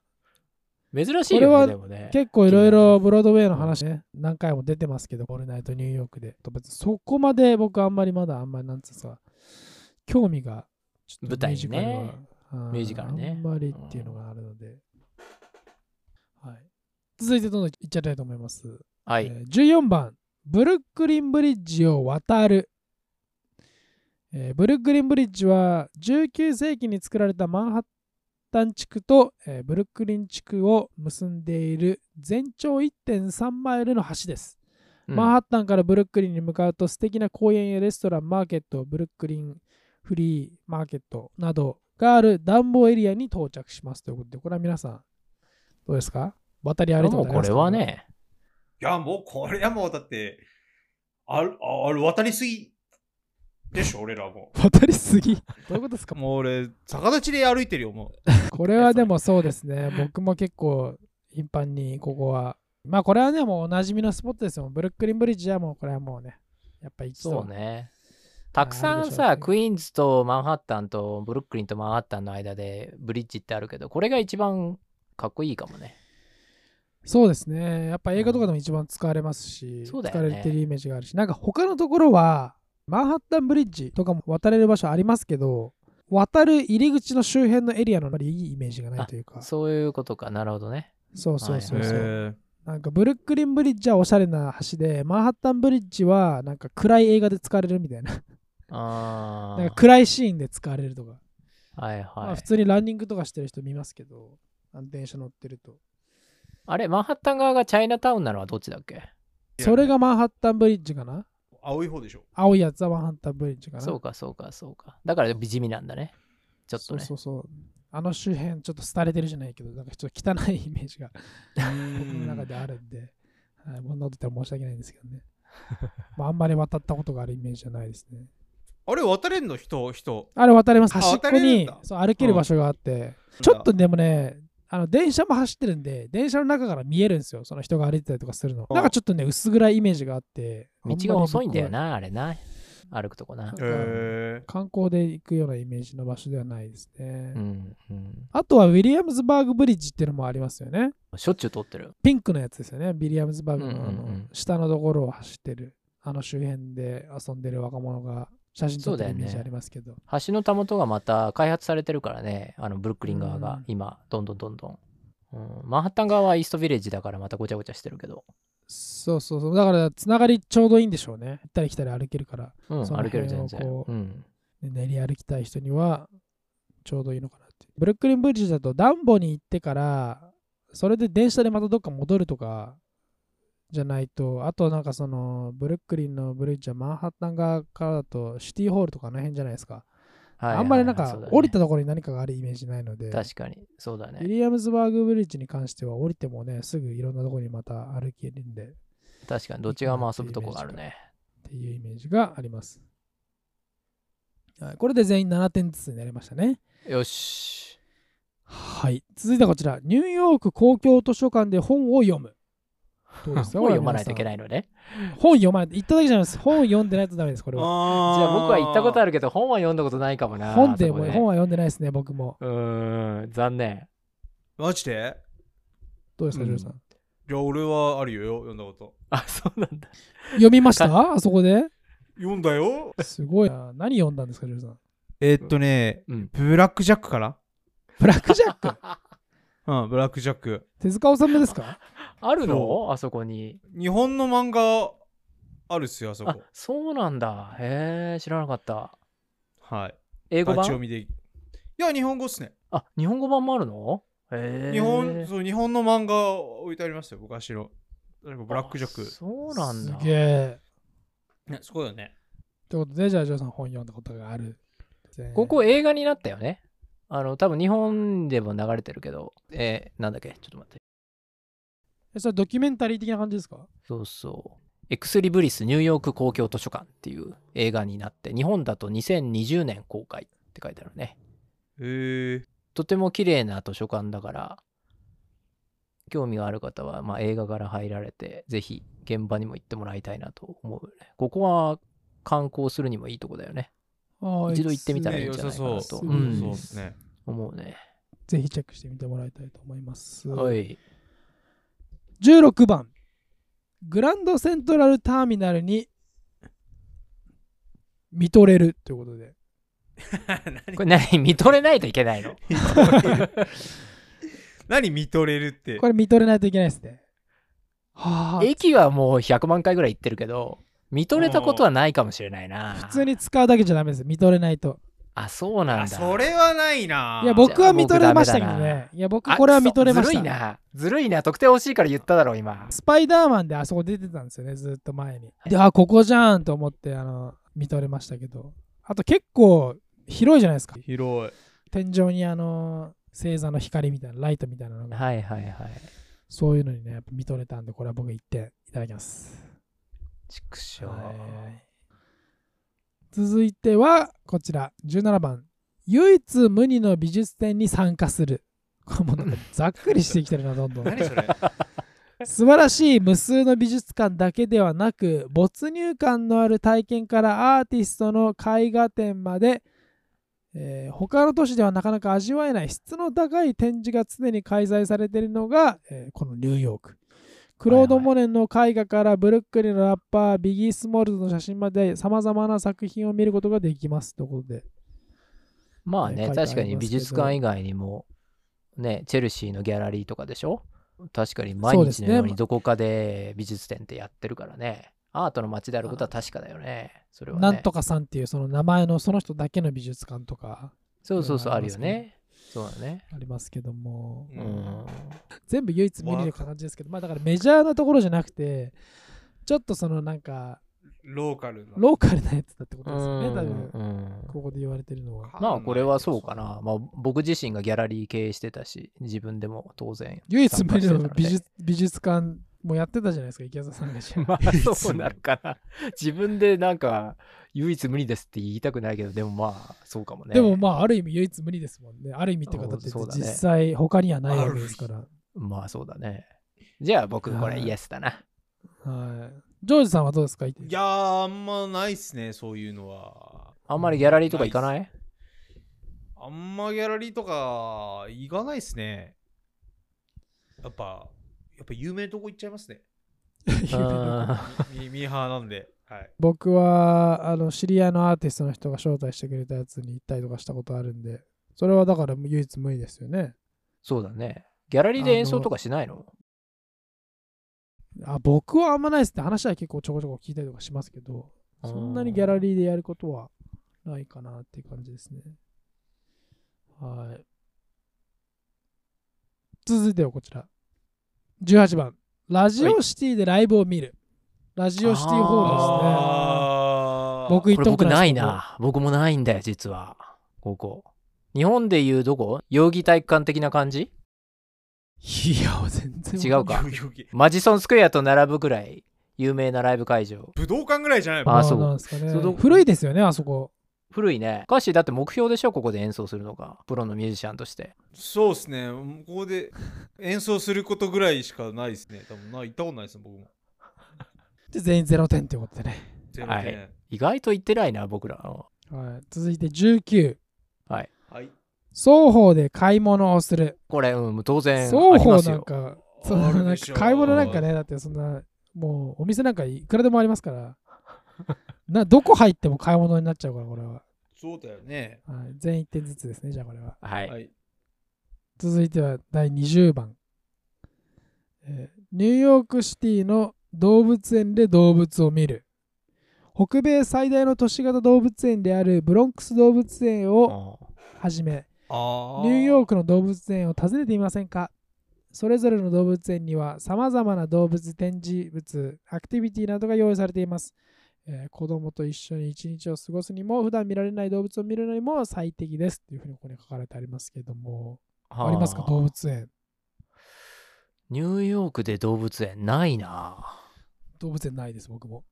[SPEAKER 3] 珍しい
[SPEAKER 1] これ
[SPEAKER 3] よ
[SPEAKER 1] は
[SPEAKER 3] ね、でもね。
[SPEAKER 1] 結構いろいろブロードウェイの話ね、何回も出てますけど、オールナイトニューヨークで。と別にそこまで僕あんまりまだあんまりなんつうんですか、興味がちょっと
[SPEAKER 3] 舞台
[SPEAKER 1] ミュ
[SPEAKER 3] に
[SPEAKER 1] ージカルは
[SPEAKER 3] ね
[SPEAKER 1] うん
[SPEAKER 3] ミュージカルね
[SPEAKER 1] あんまりっていうのがあるので。はい、続いてどんどんいっちゃいたいと思います。
[SPEAKER 3] はい。
[SPEAKER 1] えー14番、ブルックリンブリッジを渡る。えーブルックリンブリッジは19世紀に作られたマンハッタン地区と、えーブルックリン地区を結んでいる全長1.3マイルの橋です。
[SPEAKER 3] うん
[SPEAKER 1] マンハッタンからブルックリンに向かうと素敵な公園やレストラン、マーケット、ブルックリンフリーマーケットなどがある暖房エリアに到着しますということで、これは皆さん、どうですか渡り歩いた
[SPEAKER 3] も
[SPEAKER 1] こ
[SPEAKER 3] う
[SPEAKER 1] とありま
[SPEAKER 3] こ
[SPEAKER 1] す
[SPEAKER 3] れ
[SPEAKER 1] か
[SPEAKER 3] はね、
[SPEAKER 2] いや、もうこれはもうだって、ある、ああれ渡りすぎでしょ、俺らも。
[SPEAKER 1] 渡りすぎどういうことですか
[SPEAKER 2] もう俺、逆立ちで歩いてるよ、もう。
[SPEAKER 1] これはでもそうですね僕も結構頻繁にここはまあこれはねもうおなじみのスポットですよブルックリンブリッジはもうこれはもうねやっぱ一度
[SPEAKER 3] そうね。たくさん
[SPEAKER 1] ある
[SPEAKER 3] さ、
[SPEAKER 1] でしょう
[SPEAKER 3] クイーンズとマンハッタンとブルックリンとマンハッタンの間でブリッジってあるけど、これが一番かっこいいかもね。
[SPEAKER 1] そうですねやっぱ映画とかでも一番使われますし、
[SPEAKER 3] そうだ
[SPEAKER 1] 使
[SPEAKER 3] よ
[SPEAKER 1] わ
[SPEAKER 3] ね
[SPEAKER 1] れてるイメージがあるしなんか他のところはマンハッタンブリッジとかも渡れる場所ありますけど渡る入り口の周辺のエリアのあまりいいイメージがないというかそ
[SPEAKER 3] そういうことか。なるほどね。
[SPEAKER 1] うそうそう
[SPEAKER 3] へ
[SPEAKER 1] そう、
[SPEAKER 2] え
[SPEAKER 1] なんかブルックリンブリッジはおしゃれな橋でマンハッタンブリッジはなんか暗い映画で使われるみたいな
[SPEAKER 3] あ
[SPEAKER 1] なんか
[SPEAKER 3] あ。
[SPEAKER 1] 暗いシーンで使われるとか、
[SPEAKER 3] はい
[SPEAKER 1] ま
[SPEAKER 3] は
[SPEAKER 1] あ
[SPEAKER 3] い
[SPEAKER 1] 普。通にランニングとかしてる人見ますけどあの電車乗ってると
[SPEAKER 3] あれ、マンハッタン側がチャイナタウンなのはどっちだっけ
[SPEAKER 1] それがマンハッタンブリッジかな
[SPEAKER 2] 青い方でしょ。
[SPEAKER 1] 青いやつはマンハッタンブリッジかな
[SPEAKER 3] そうかそうかそうか。だから美地味なんだね。ちょっとね。
[SPEAKER 1] そうそうそうあの周辺ちょっと廃れてるじゃないけどなんかちょっと汚いイメージが僕の中であるんで、はい、こんなこと言ったら申し訳ないんですけどねまああんまり渡ったことがあるイメージじゃないですね
[SPEAKER 2] あれ、渡れんの人、人。
[SPEAKER 1] あれ渡れます。
[SPEAKER 2] あ
[SPEAKER 1] 端っこ
[SPEAKER 2] 渡れるん
[SPEAKER 1] に
[SPEAKER 2] だ
[SPEAKER 1] そう歩ける場所があって、ちょっとでもね、あの電車も走ってるんで、電車の中から見えるんですよ、その人が歩いてたりとかするの。
[SPEAKER 2] うん
[SPEAKER 1] なんかちょっとね、薄暗いイメージがあって、
[SPEAKER 3] 道が細いんだよ
[SPEAKER 1] あまり
[SPEAKER 3] な、あれな。歩くとこな
[SPEAKER 1] 僕。
[SPEAKER 2] へ
[SPEAKER 1] は。
[SPEAKER 2] え
[SPEAKER 1] 観光で行くようなイメージの場所ではないですね。
[SPEAKER 3] うん、うん。
[SPEAKER 1] あとはウィリアムズバーグブリッジっていうのもありますよね。
[SPEAKER 3] しょっちゅう撮ってる。
[SPEAKER 1] ピンクのやつですよね、ウィリアムズバーグの,、
[SPEAKER 3] うんうんうん
[SPEAKER 1] あの下のところを走ってる、あの周辺で遊んでる若者が写真撮ってるイメージありますけど、
[SPEAKER 3] 橋のたもとがまた開発されてるからね、あのブルックリン側
[SPEAKER 1] う
[SPEAKER 3] が
[SPEAKER 1] ん
[SPEAKER 3] 今、どんどんどんどん。うん、マンハッタン側はイーストビレッジだからまたごちゃごちゃしてるけど、
[SPEAKER 1] そうそうそう、だからつながりちょうどいいんでしょうね。行ったり来たり歩けるから。
[SPEAKER 3] うん、
[SPEAKER 1] その
[SPEAKER 3] 歩ける全
[SPEAKER 1] 辺をこ。
[SPEAKER 3] 然
[SPEAKER 1] う
[SPEAKER 3] うん、
[SPEAKER 1] ね練り歩きたい人にはちょうどいいのかなっブルックリン・ブリッジだとダンボに行ってからそれで電車でまたどっか戻るとかじゃないとあとなんかそのブルックリンのブリッジはマンハッタン側からだとシティホールとかあの辺じゃないですか、
[SPEAKER 3] はい
[SPEAKER 1] あんまりなん
[SPEAKER 3] はい
[SPEAKER 1] か
[SPEAKER 3] そうだね
[SPEAKER 1] 降りたところに何かがあるイメージないので
[SPEAKER 3] 確かに、そうだ
[SPEAKER 1] ウィ
[SPEAKER 3] ね。
[SPEAKER 1] リアムズバーグブリッジに関しては降りてもねすぐいろんなところにまた歩けるんで
[SPEAKER 3] 確かに、どっち側も遊ぶとこがあるね。
[SPEAKER 1] っていうイメージがあります。はい、これで全員7点ずつになりましたね。
[SPEAKER 3] よし。
[SPEAKER 1] はい。続いてはこちら、ニューヨーク公共図書館で本を読む。どう
[SPEAKER 3] 本
[SPEAKER 1] ですか
[SPEAKER 3] 読まないといけ
[SPEAKER 1] い。
[SPEAKER 3] ないのね。
[SPEAKER 1] 本読まない。言っただけじゃないです。本読んでないとダメです、これ
[SPEAKER 2] じ
[SPEAKER 1] は。
[SPEAKER 3] じゃあ僕は行ったことあ
[SPEAKER 2] る。
[SPEAKER 3] るけど、本は読んだことないかもな。
[SPEAKER 1] 本で
[SPEAKER 3] そこ
[SPEAKER 1] も、本は読んでないですね、僕も。
[SPEAKER 3] うーん、残念。
[SPEAKER 2] マジで
[SPEAKER 1] どうですか、
[SPEAKER 3] うん
[SPEAKER 1] ジョージさん。
[SPEAKER 2] いや、俺はあるよ、読んだこと。
[SPEAKER 3] あ、そうなんだ。
[SPEAKER 1] 読みま したあそこで。
[SPEAKER 2] 読んだよ。
[SPEAKER 1] すごいな。何読んだんですか、ジョージさん。
[SPEAKER 2] えーっとね、
[SPEAKER 3] うん。
[SPEAKER 2] ブラックジャックかな
[SPEAKER 1] ブラックジャッ ク。
[SPEAKER 2] うん、ブラックジャック。
[SPEAKER 1] 手塚治虫ですか
[SPEAKER 3] ある
[SPEAKER 2] そ
[SPEAKER 3] のあそこに。
[SPEAKER 2] 日本の漫画あるっすよ、あそ
[SPEAKER 3] あ
[SPEAKER 2] こ。、
[SPEAKER 3] そうなんだ。へえ、知らなかった。
[SPEAKER 2] はい。
[SPEAKER 3] 英語
[SPEAKER 2] 立ち読
[SPEAKER 3] 版
[SPEAKER 2] みで。いや、日本語っすね。
[SPEAKER 3] あ、日本語版もあるのへえ。
[SPEAKER 2] 日本、そう、日本の漫画置いてありますよ、昔の。なんかブラックジャッ
[SPEAKER 3] あ
[SPEAKER 2] ク。
[SPEAKER 3] そうなんだ。
[SPEAKER 1] すげえ。
[SPEAKER 2] ね、すごいよね。
[SPEAKER 1] ということで、じゃあ、ジョージさん本読んだことがある。
[SPEAKER 3] ここ映画になったよね。あの、多分日本でも流れてるけど、えーなんだっけちょっと待って。
[SPEAKER 1] えそれはドキュメンタリー的な感じですか
[SPEAKER 3] そうそう。エクスリブリスニューヨーク公共図書館っていう映画になって、日本だと2020年公開って書いてあるね。
[SPEAKER 2] へえ。
[SPEAKER 3] とても綺麗な図書館だから、興味がある方は、まあ、映画から入られて、ぜひ現場にも行ってもらいたいなと思うよね。ここは観光するにもいいとこだよね。一度行ってみたらいいんじゃないかな
[SPEAKER 2] 良
[SPEAKER 3] と。
[SPEAKER 2] さそう
[SPEAKER 3] うん、
[SPEAKER 2] そうっすね。
[SPEAKER 3] 思うね。
[SPEAKER 1] ぜひチェックしてみてもらいたいと思います。
[SPEAKER 3] はい。
[SPEAKER 1] 16番、グランドセントラルターミナルに見とれるということで、
[SPEAKER 3] これ何見とれないといけないの
[SPEAKER 2] 何見とれるって
[SPEAKER 1] こ。れ見とれないといけないですね。はあ、
[SPEAKER 3] 駅はもう100万回ぐらい行ってるけど見とれたことはないかもしれないな
[SPEAKER 1] 普通に使うだけじゃダメです。見とれないと。
[SPEAKER 3] あそうなんだ
[SPEAKER 2] あ、それはないないい
[SPEAKER 1] や、僕は見とれましたけどね。いや、僕これは見とれま
[SPEAKER 3] あ
[SPEAKER 1] し
[SPEAKER 3] ずるい
[SPEAKER 1] た。
[SPEAKER 3] なずるいな特定欲しいから言っただろう今
[SPEAKER 1] スパイダーマンであそこ出てたんですよね、ずっと前に。で、あ、ここじゃんと思って、あの、見とれましたけど。あと結構広いじゃないですか。
[SPEAKER 2] 広い。
[SPEAKER 1] 天井にあの星座の光みたいなライトみたいなのが
[SPEAKER 3] はいはいはい
[SPEAKER 1] そういうのにねやっぱ見とれたんでこれは僕一点いただきます
[SPEAKER 3] 畜生
[SPEAKER 1] はい続いてはこちら17番唯一無二の美術展に参加するこれもうなんかざっくりしてきてるなど んどん
[SPEAKER 2] 何それ
[SPEAKER 1] 素晴らしい無数の美術館だけではなく没入感のある体験からアーティストの絵画展まで、えー他の都市ではなかなか味わえない質の高い展示が常に開催されているのが、えーこのニューヨーク。クロード・モネの絵画からブルックリンのラッパービギー・スモールズの写真までさまざまな作品を見ることができますということで
[SPEAKER 3] まあね
[SPEAKER 1] ね
[SPEAKER 3] 確かに美術館以外にもねチェルシーのギャラリーとかでしょ確かに毎
[SPEAKER 1] そうで
[SPEAKER 3] 日
[SPEAKER 1] す
[SPEAKER 3] の
[SPEAKER 1] ね
[SPEAKER 3] ようにどこかで美術展ってやってるからねアートの街であることは確かだよねそれはね
[SPEAKER 1] なんとかさんっていうその名前のその人だけの美術館とか
[SPEAKER 3] そうそうそう
[SPEAKER 1] あ
[SPEAKER 3] あ
[SPEAKER 1] り
[SPEAKER 3] る
[SPEAKER 1] ます
[SPEAKER 3] よ
[SPEAKER 1] けど
[SPEAKER 3] ねそうだね
[SPEAKER 1] ありますけども
[SPEAKER 2] う
[SPEAKER 3] うんん
[SPEAKER 1] 全部唯一無二の形ですけど、まあだからメジャーなところじゃなくて、ちょっとそのなんか、
[SPEAKER 2] ローカルな。
[SPEAKER 1] ローカルなやつだってことですよね、
[SPEAKER 3] うん
[SPEAKER 1] 多分、
[SPEAKER 3] うん
[SPEAKER 1] ここで言われてるのは。
[SPEAKER 3] まあこれはそうかな、まあ、僕自身がギャラリー経営してたし自分でも当然
[SPEAKER 1] 唯一無二
[SPEAKER 3] 参
[SPEAKER 1] の
[SPEAKER 3] 加してたで
[SPEAKER 1] 美術美術館もやってたじゃないですか、池澤さんがじゃあ。
[SPEAKER 3] まあそうなる かな自分でなんか唯一無二ですって言いたくないけどでもまあそうかもね
[SPEAKER 1] でもまあ、ある意味唯一無二ですもんね。ある意味っていうか、だって
[SPEAKER 3] そうだね
[SPEAKER 1] 実際他にはないわけですから。
[SPEAKER 3] まあそうだねじゃあ僕これイエスだな
[SPEAKER 1] はい。ジョージさんはどうですか
[SPEAKER 2] い やー、あんまないっすね、そういうのは。
[SPEAKER 3] あんまりギャラリーとか行かないい
[SPEAKER 2] あんまギャラリーとか行かないっすね。やっぱ、やっぱ有名なとこ行っちゃいますね。
[SPEAKER 3] うん
[SPEAKER 2] ミミーハーなんで。はい。
[SPEAKER 1] 僕はあの知り合いのアーティストの人が招待してくれたやつに行ったりとかしたことあるんで、それはだから唯一無二ですよね。
[SPEAKER 3] そうだねギャラリーで演奏とかしないの
[SPEAKER 1] あ僕はあんまないですって話は結構ちょこちょこ聞いたりとかしますけど、
[SPEAKER 3] うん
[SPEAKER 1] そんなにギャラリーでやることはないかなっていう感じですね。はい。続いてはこちら。18番。ラジオシティでライブを見る。ラジオシティホールですね。
[SPEAKER 2] あー
[SPEAKER 1] 僕行
[SPEAKER 3] こ
[SPEAKER 1] った
[SPEAKER 3] れ
[SPEAKER 1] こと
[SPEAKER 3] 僕
[SPEAKER 1] な
[SPEAKER 3] ないい
[SPEAKER 1] ですけど
[SPEAKER 3] な。僕もないんだよ、実は。ここ。日本でいうどこ代々木体育館的な感じ
[SPEAKER 1] いや、全然
[SPEAKER 3] 違うか
[SPEAKER 2] 代々木
[SPEAKER 3] マジソンスクエアと並ぶくらい有名なライブ会場。
[SPEAKER 2] 武道館ぐらいじゃない
[SPEAKER 3] あ
[SPEAKER 1] あ
[SPEAKER 3] そう
[SPEAKER 1] なんですかね
[SPEAKER 3] その
[SPEAKER 1] 古いですよね、あそこ。
[SPEAKER 3] 古いね。歌詞だって目標でしょ、ここで演奏するのが。プロのミュージシャンとして。
[SPEAKER 2] そうですね。ここで演奏することぐらいしかないですね。多分な行ったことないですね、僕も。
[SPEAKER 1] で全員0点ってことでね。
[SPEAKER 2] 全
[SPEAKER 3] は
[SPEAKER 2] 然
[SPEAKER 3] い
[SPEAKER 2] ね
[SPEAKER 3] 意外と行ってないな、僕ら。
[SPEAKER 1] はい、続いて19。
[SPEAKER 2] はい。
[SPEAKER 1] 双方で買い物をする。
[SPEAKER 3] これ、うん、当然あ
[SPEAKER 1] 双
[SPEAKER 3] りま
[SPEAKER 1] 方
[SPEAKER 3] す
[SPEAKER 1] なん
[SPEAKER 3] よ。
[SPEAKER 1] か、
[SPEAKER 2] あ
[SPEAKER 1] その
[SPEAKER 2] ある
[SPEAKER 1] なん
[SPEAKER 2] でし
[SPEAKER 1] か
[SPEAKER 2] ょ
[SPEAKER 1] 買い物なんかね、だってそんな、もうお店なんかいくらでもありますから。 などこ入っても買い物になっちゃうから、これは。
[SPEAKER 2] そうだよね。
[SPEAKER 1] はい、全員1点ずつですね、じゃあこれは。
[SPEAKER 3] はい。
[SPEAKER 2] はい。
[SPEAKER 1] 続いては第20番、えーニューヨークシティの動物園で動物を見る北米最大の都市型動物園であるブロンクス動物園を
[SPEAKER 3] うん
[SPEAKER 1] はじめ
[SPEAKER 2] あ
[SPEAKER 1] ニューヨー
[SPEAKER 2] ク。
[SPEAKER 1] クの動物園を訪ねてみませんかそれぞれの動物園にはさまざまな動物展示物アクティビティなどが用意されています、えー子供と一緒に一日を過ごすにも普段見られない動物を見るのにも最適ですっていうふうにここに書かれてありますけどもありますか
[SPEAKER 3] はあ
[SPEAKER 1] 動物園
[SPEAKER 3] ニューヨークで動物園ないな。
[SPEAKER 1] 動物園ないです僕も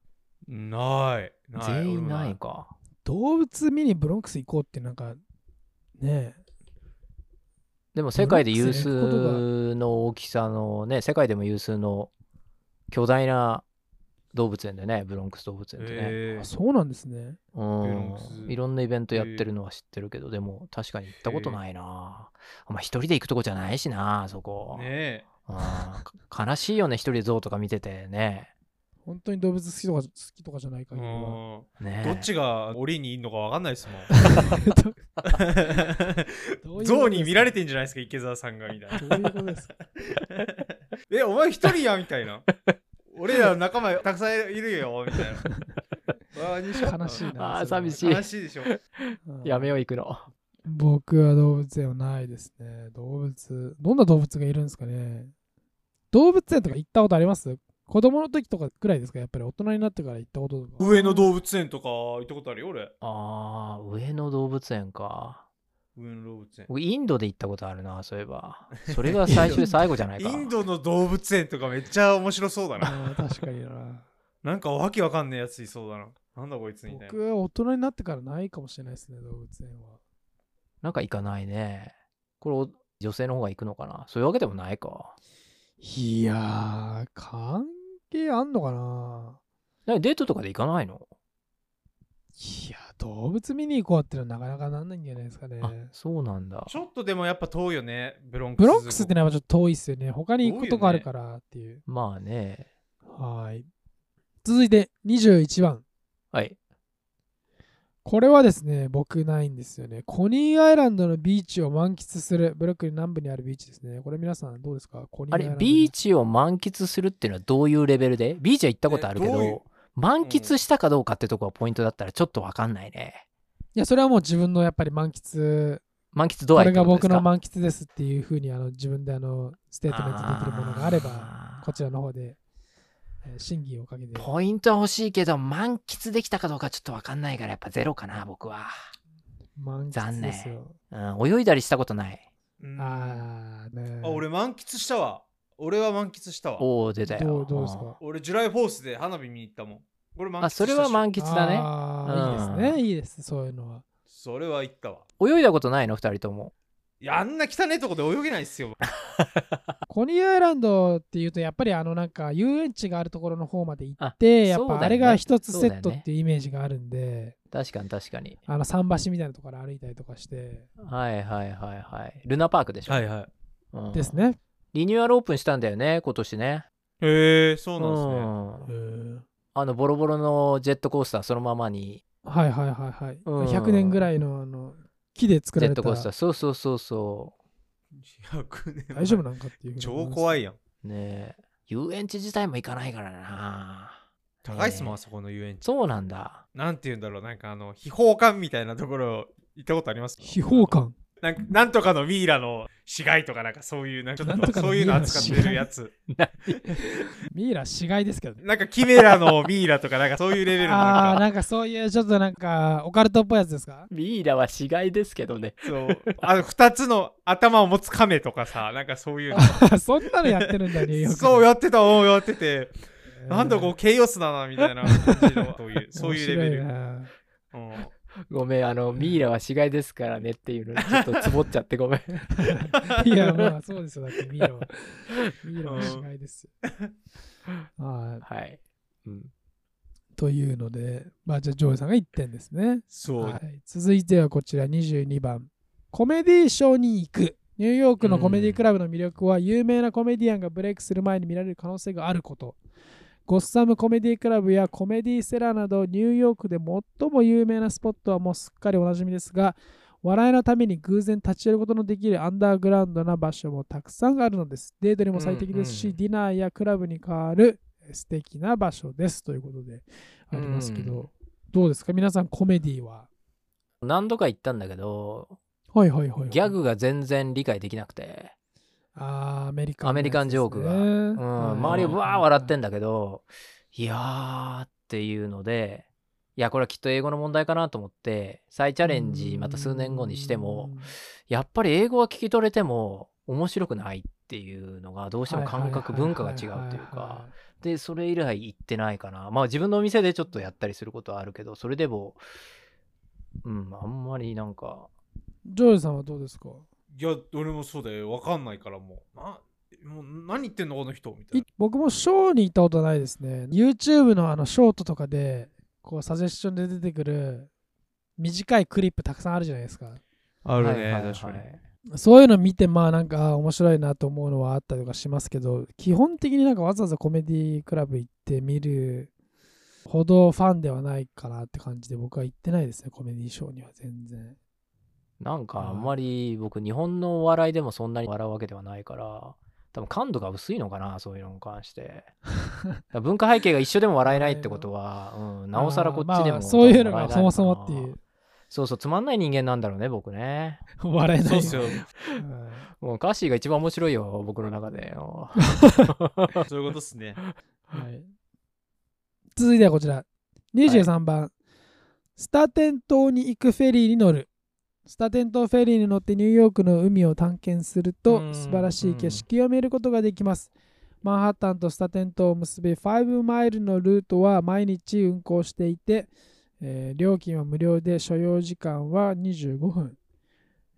[SPEAKER 2] ない。ない
[SPEAKER 3] 全員な
[SPEAKER 2] 俺
[SPEAKER 3] い
[SPEAKER 2] も
[SPEAKER 3] か。
[SPEAKER 1] 動物見にブロンクス行こうってなんかねえ
[SPEAKER 3] でも世界で
[SPEAKER 1] ブロッ
[SPEAKER 3] 有
[SPEAKER 1] クスに行く
[SPEAKER 3] 数の大きさのね、世界でも有数の巨大な動物園でね、ブロンクス動物園ってね。
[SPEAKER 2] え
[SPEAKER 1] あ
[SPEAKER 2] ー
[SPEAKER 1] そうなんですね
[SPEAKER 2] ブロンク
[SPEAKER 3] う
[SPEAKER 2] ス
[SPEAKER 3] ん、いろんなイベントやってるのは知ってるけど、でも確かに行ったことないな。まあ一人で行くとこじゃないしな、そこ。
[SPEAKER 2] ねえ。
[SPEAKER 3] うんか悲しいよね、一人でゾウとか見ててね。
[SPEAKER 1] 本当に動物好きとか好きとかじゃないか
[SPEAKER 2] う
[SPEAKER 1] ら
[SPEAKER 2] ん
[SPEAKER 3] ね
[SPEAKER 2] どっちが檻にいんのかわかんないですも
[SPEAKER 1] どうい
[SPEAKER 2] ん。
[SPEAKER 1] うことですか
[SPEAKER 2] 象に見られてんじゃないですか、池澤さんがみたいな。
[SPEAKER 1] どういうことですか
[SPEAKER 2] え、お前一人やみたいな。 俺らの仲間たくさんいるよみたいな。わ西
[SPEAKER 1] 悲 しいな
[SPEAKER 3] あ
[SPEAKER 1] それ
[SPEAKER 3] ー
[SPEAKER 1] は
[SPEAKER 3] 寂しい
[SPEAKER 2] 悲しいでしょ。
[SPEAKER 1] うん
[SPEAKER 3] やめよう、行くの。
[SPEAKER 1] 僕は動物園はないですね動物どんな動物がいるんですかね動物園とか行ったことあります子供の時とかくらいですかやっぱり大人になってから行ったこととか
[SPEAKER 2] 上野動物園とか行ったことあるよ、俺。
[SPEAKER 3] ああ、上野動物園か。
[SPEAKER 2] 上野動物園。
[SPEAKER 3] 僕、インドで行ったことあるな、そういえば。それが最初で最後じゃない
[SPEAKER 2] イ
[SPEAKER 3] か。
[SPEAKER 2] ンドの動物園とかめっちゃ面白そうだな。
[SPEAKER 1] あー確かに な
[SPEAKER 2] なんかわけわかんねえやついそうだな。なんだこいつみたいな。
[SPEAKER 1] 僕は大人になってからないかもしれないですね動物園は
[SPEAKER 3] なんか行かないね。これ、お女性の方が行くのかな。そういうわけでもないか。
[SPEAKER 1] いやー、関係あんのかな
[SPEAKER 3] なにデートとかで行かないの、
[SPEAKER 1] いや、動物見に行こうってのはなかなかなんないんじゃないですかね。
[SPEAKER 3] あ、そうなんだ。
[SPEAKER 2] ちょっとでもやっぱ遠いよね、ブロンクス。
[SPEAKER 1] ブロンクスってのはちょっと遠いっすよね。他に行くとこあるからっていう。
[SPEAKER 3] まあね。
[SPEAKER 1] はーい。続いて21番。
[SPEAKER 3] はい。
[SPEAKER 1] これはですね、僕ないんですよね。コニーアイランドのビーチを満喫する。ブロックリン南部にあるビーチですね。これ皆さんどうですかコニー
[SPEAKER 3] あ
[SPEAKER 1] アイラン
[SPEAKER 3] れ
[SPEAKER 1] ド、
[SPEAKER 3] ビーチを満喫するっていうのはどういうレベルでビーチは行ったことあるけ
[SPEAKER 2] え
[SPEAKER 3] ど
[SPEAKER 2] どういう
[SPEAKER 3] 満喫したかどうかってとこがポイントだったらちょっとわかんないね。
[SPEAKER 1] いや、それはもう自分のやっぱり満喫
[SPEAKER 3] 満喫度
[SPEAKER 1] こ
[SPEAKER 3] 合い
[SPEAKER 1] れ
[SPEAKER 3] って
[SPEAKER 1] が
[SPEAKER 3] ことで
[SPEAKER 1] 僕
[SPEAKER 3] すか
[SPEAKER 1] の満喫ですっていうふうにあの自分であのステートメントできるものがあれば
[SPEAKER 3] あー
[SPEAKER 1] こちらの方で、えー審議をかけて
[SPEAKER 3] ポイントは欲しいけど満喫できたかどうかちょっとわかんないからやっぱゼロかな僕は。
[SPEAKER 1] 満喫ですよ。
[SPEAKER 3] うん、泳いだりしたことない。
[SPEAKER 2] うんあ
[SPEAKER 1] あーね
[SPEAKER 2] 俺満喫したわ。俺は満喫したわ。
[SPEAKER 3] おお出たよ。
[SPEAKER 1] どうどうです
[SPEAKER 3] ん
[SPEAKER 1] か
[SPEAKER 2] 俺、ジュライフォースで花火見に行ったもん。これ満喫
[SPEAKER 3] あ
[SPEAKER 2] した
[SPEAKER 3] そ
[SPEAKER 2] っし
[SPEAKER 3] れ
[SPEAKER 2] ょ
[SPEAKER 3] は満喫だね。
[SPEAKER 1] あー
[SPEAKER 3] う
[SPEAKER 1] いいです
[SPEAKER 3] ん
[SPEAKER 1] ね、いいです、そういうのは。
[SPEAKER 2] それは行ったわ。
[SPEAKER 3] 泳いだことないの二人とも。
[SPEAKER 2] いや、あんな汚いとこで泳げないっすよ。
[SPEAKER 1] コニーアイランドっていうと、やっぱりあのなんか遊園地があるところの方まで行って、
[SPEAKER 3] あ
[SPEAKER 1] やっ
[SPEAKER 3] そうだよ
[SPEAKER 1] ぱ
[SPEAKER 3] ね
[SPEAKER 1] あれが一つ
[SPEAKER 3] そう
[SPEAKER 1] セ
[SPEAKER 3] だよね
[SPEAKER 1] ットっていうイメージがあるんで、
[SPEAKER 3] 確かに確かに。
[SPEAKER 1] あの桟橋みたいなところ歩いたりとかして、
[SPEAKER 3] はいはいはいはい。ルナパークでしょ。
[SPEAKER 2] いはい。
[SPEAKER 3] うん
[SPEAKER 1] です。ね。
[SPEAKER 3] リニューアルオープンしたんだよね今年ね。
[SPEAKER 2] へえ、そううなんで
[SPEAKER 3] ん
[SPEAKER 1] うん
[SPEAKER 3] あのボロボロのジェットコースターそのままに
[SPEAKER 1] はいはいはいはい。
[SPEAKER 3] うん
[SPEAKER 1] 100年ぐらいのあの木で作
[SPEAKER 3] ジ
[SPEAKER 1] ら
[SPEAKER 3] ェ
[SPEAKER 1] れ
[SPEAKER 3] ッ
[SPEAKER 1] た
[SPEAKER 3] トコースターそうそうそうそ
[SPEAKER 2] すね。100年前
[SPEAKER 1] 大丈夫なんかっていう
[SPEAKER 2] 超怖
[SPEAKER 1] い。
[SPEAKER 2] いやん。
[SPEAKER 3] うねえ遊園地自体も行かないからな
[SPEAKER 2] 高いっすもん、
[SPEAKER 3] ね
[SPEAKER 2] あそこの遊園地。
[SPEAKER 3] そうなんだ
[SPEAKER 2] なんて言うんだろう、なんかあの、秘宝館みたいなところ行ったことあります
[SPEAKER 1] 秘宝館。
[SPEAKER 2] なんなんとかのミイラの市街とかなんかそういうなんかちょ
[SPEAKER 1] な
[SPEAKER 2] っ
[SPEAKER 1] んと
[SPEAKER 2] と
[SPEAKER 1] かの
[SPEAKER 2] そういうの扱ってるやつ
[SPEAKER 1] ミイラ死骸ですけどね。
[SPEAKER 2] なんかキメラのミイラとかなんかそういうレベルの
[SPEAKER 1] あ
[SPEAKER 2] な
[SPEAKER 1] あ ー、
[SPEAKER 2] んか
[SPEAKER 1] なんかそういうちょっとなんかオカルトっぽいやつですか
[SPEAKER 3] ミイラは死骸ですけどね。
[SPEAKER 2] そうあの2つの頭を持つ亀とかさなんかそういう
[SPEAKER 1] あそんなのやってるんだ、ニューヨー
[SPEAKER 2] の
[SPEAKER 1] クで。
[SPEAKER 2] そうやってたおうやってて
[SPEAKER 1] えー
[SPEAKER 2] なんだこうケイオスだなみたいな感じのそういうそういうレベル
[SPEAKER 1] 面白いな
[SPEAKER 2] うん
[SPEAKER 3] ごめん、あの、ミイラは死骸ですからねっていうのにちょっとつぼっちゃってごめん。
[SPEAKER 1] いや、まあそうですよ。だってミイラは。ミイラは死骸ですよ。は
[SPEAKER 3] はい。うん。
[SPEAKER 1] い。というので、まあじゃあ、ジョーさんが1点ですね。
[SPEAKER 2] そう、
[SPEAKER 1] はい、続いてはこちら22番。コメディーショーに行く。ニューヨークのコメディクラブの魅力は、有名なコメディアンがブレイクする前に見られる可能性があること。ゴッサムコメディクラブやコメディセラーなどニューヨークで最も有名なスポットはもうすっかりおなじみですが笑いのために偶然立ち寄ることのできるアンダーグラウンドな場所もたくさんあるのですデートにも最適ですし、
[SPEAKER 2] うんうん
[SPEAKER 1] ディナーやクラブに変わるえ素敵な場所ですということでありますけど、
[SPEAKER 3] うん
[SPEAKER 1] どうですか皆さんコメディは
[SPEAKER 3] 何度か行ったんだけど、
[SPEAKER 1] はいはいはいはい。
[SPEAKER 3] ギャグが全然理解できなくて、
[SPEAKER 1] あーアメリカン、
[SPEAKER 3] アメリカンジョークがうん、周りはわー笑ってん
[SPEAKER 1] だ。
[SPEAKER 3] だけど、いやーっていうので、いや、これはきっと英語の問題かなと思って、再チャレンジまた数年後にしても、やっぱり英語は聞き取れても面白くないっていうのが、どう
[SPEAKER 1] ど
[SPEAKER 3] しても感覚、文化が違うというか、。で、それ以来行ってないかな。まあ自分のお店でちょっとやったりすることはあるけど、それでも、うん、あんまりなんか、
[SPEAKER 1] ジョージさんはどうですか
[SPEAKER 2] いや俺もそうだよわかんないからもうなもう何言ってんのこの人みたい
[SPEAKER 1] い
[SPEAKER 2] な
[SPEAKER 1] 僕もショーに行ったことないですね。YouTube のあのショートとかで、こうサジェッションで出てくる短いクリップたくさんあるじゃないですか。
[SPEAKER 2] あ
[SPEAKER 3] はいはいはい
[SPEAKER 1] そういうの見て、まあなんかあー面白いなと思うのはあったりとかしますけど、基本的になんかわざわざコメディクラブ行って見るほどファンではないかなって感じで僕は行ってないですね、コメディショーには全然。
[SPEAKER 3] なんかあんまり僕日本のお笑いでもそんなに笑うわけではないから多分感度が薄いのかなそういうのに関して だから文化背景が一緒でも笑えないってことは、うん、なおさらこっちで
[SPEAKER 1] あーまあ
[SPEAKER 3] も
[SPEAKER 1] そういうのが
[SPEAKER 3] 多
[SPEAKER 1] そも
[SPEAKER 3] 分笑えないのかな
[SPEAKER 1] そもっていう。
[SPEAKER 3] そうそうつまんない人間なんだろうね僕ね
[SPEAKER 1] 笑えない。
[SPEAKER 2] そうっすよ
[SPEAKER 1] うん
[SPEAKER 3] もう歌詞が一番面白いよ僕の中で
[SPEAKER 2] そういうことっすね
[SPEAKER 1] はい、続いてはこちら23番、スタテン島に行くフェリーに乗るスタテン島フェリーに乗ってニューヨークの海を探検する
[SPEAKER 3] う
[SPEAKER 1] と
[SPEAKER 3] ん
[SPEAKER 1] 素晴らしい景色を見ることができますマンハッタンとスタテン島を結び5マイルのルートは毎日運行していて、えー料金は無料で所要時間は25分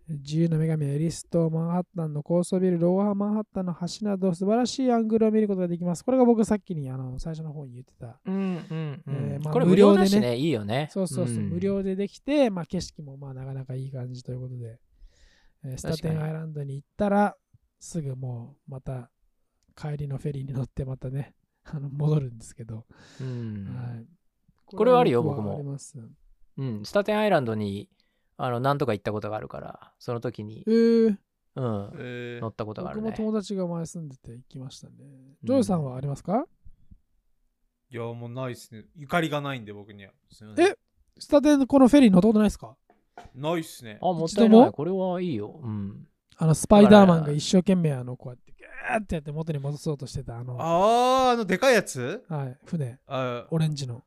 [SPEAKER 1] 自由の女神エリストマンハッタンの高層ビルローハーマンハッタンの橋など素晴らしいアングルを見ることができますこれが僕さっきにあの最初の方に言ってた
[SPEAKER 3] うんうん
[SPEAKER 1] うんえーまあ
[SPEAKER 3] これ無料
[SPEAKER 1] 無料でね
[SPEAKER 3] だしねいいよね
[SPEAKER 1] そうそうそう、
[SPEAKER 3] ん
[SPEAKER 1] 無料でできて、まあ、景色もまあなかなかいい感じということで、えースタテ
[SPEAKER 3] 確
[SPEAKER 1] ンア
[SPEAKER 3] かに
[SPEAKER 1] イランドに行ったら、すぐもうまた帰りのフェリーに乗ってまたね、 あの戻るんですけど、
[SPEAKER 3] うん
[SPEAKER 1] はい、
[SPEAKER 3] これはあるよ
[SPEAKER 1] は
[SPEAKER 3] 僕も
[SPEAKER 1] あります
[SPEAKER 3] うん、スタテンアイランドにあの何とか行ったことがあるからその時に
[SPEAKER 1] え、ー、
[SPEAKER 3] うん、
[SPEAKER 2] え
[SPEAKER 3] 乗ったことがあ
[SPEAKER 1] 僕
[SPEAKER 3] る
[SPEAKER 1] も
[SPEAKER 3] ね
[SPEAKER 1] 友達が前住んでて行きましたね。ジョージさんはありますか、
[SPEAKER 2] ー、いやもうないっすねゆかりがないんで僕にはすいません
[SPEAKER 1] えスタテンのこのフェリー乗ったことないですか
[SPEAKER 2] ないっすね
[SPEAKER 3] あもっ
[SPEAKER 1] 一
[SPEAKER 3] た
[SPEAKER 1] 度
[SPEAKER 3] い
[SPEAKER 1] も
[SPEAKER 3] ないこれはいいよ、うん、
[SPEAKER 1] あのスパイダーマンが一生懸命あのこうやってギャーってやって元に戻そうとしてたあの、は
[SPEAKER 2] あーあのでかいやつ
[SPEAKER 1] い、船、
[SPEAKER 2] あ
[SPEAKER 1] オレンジの。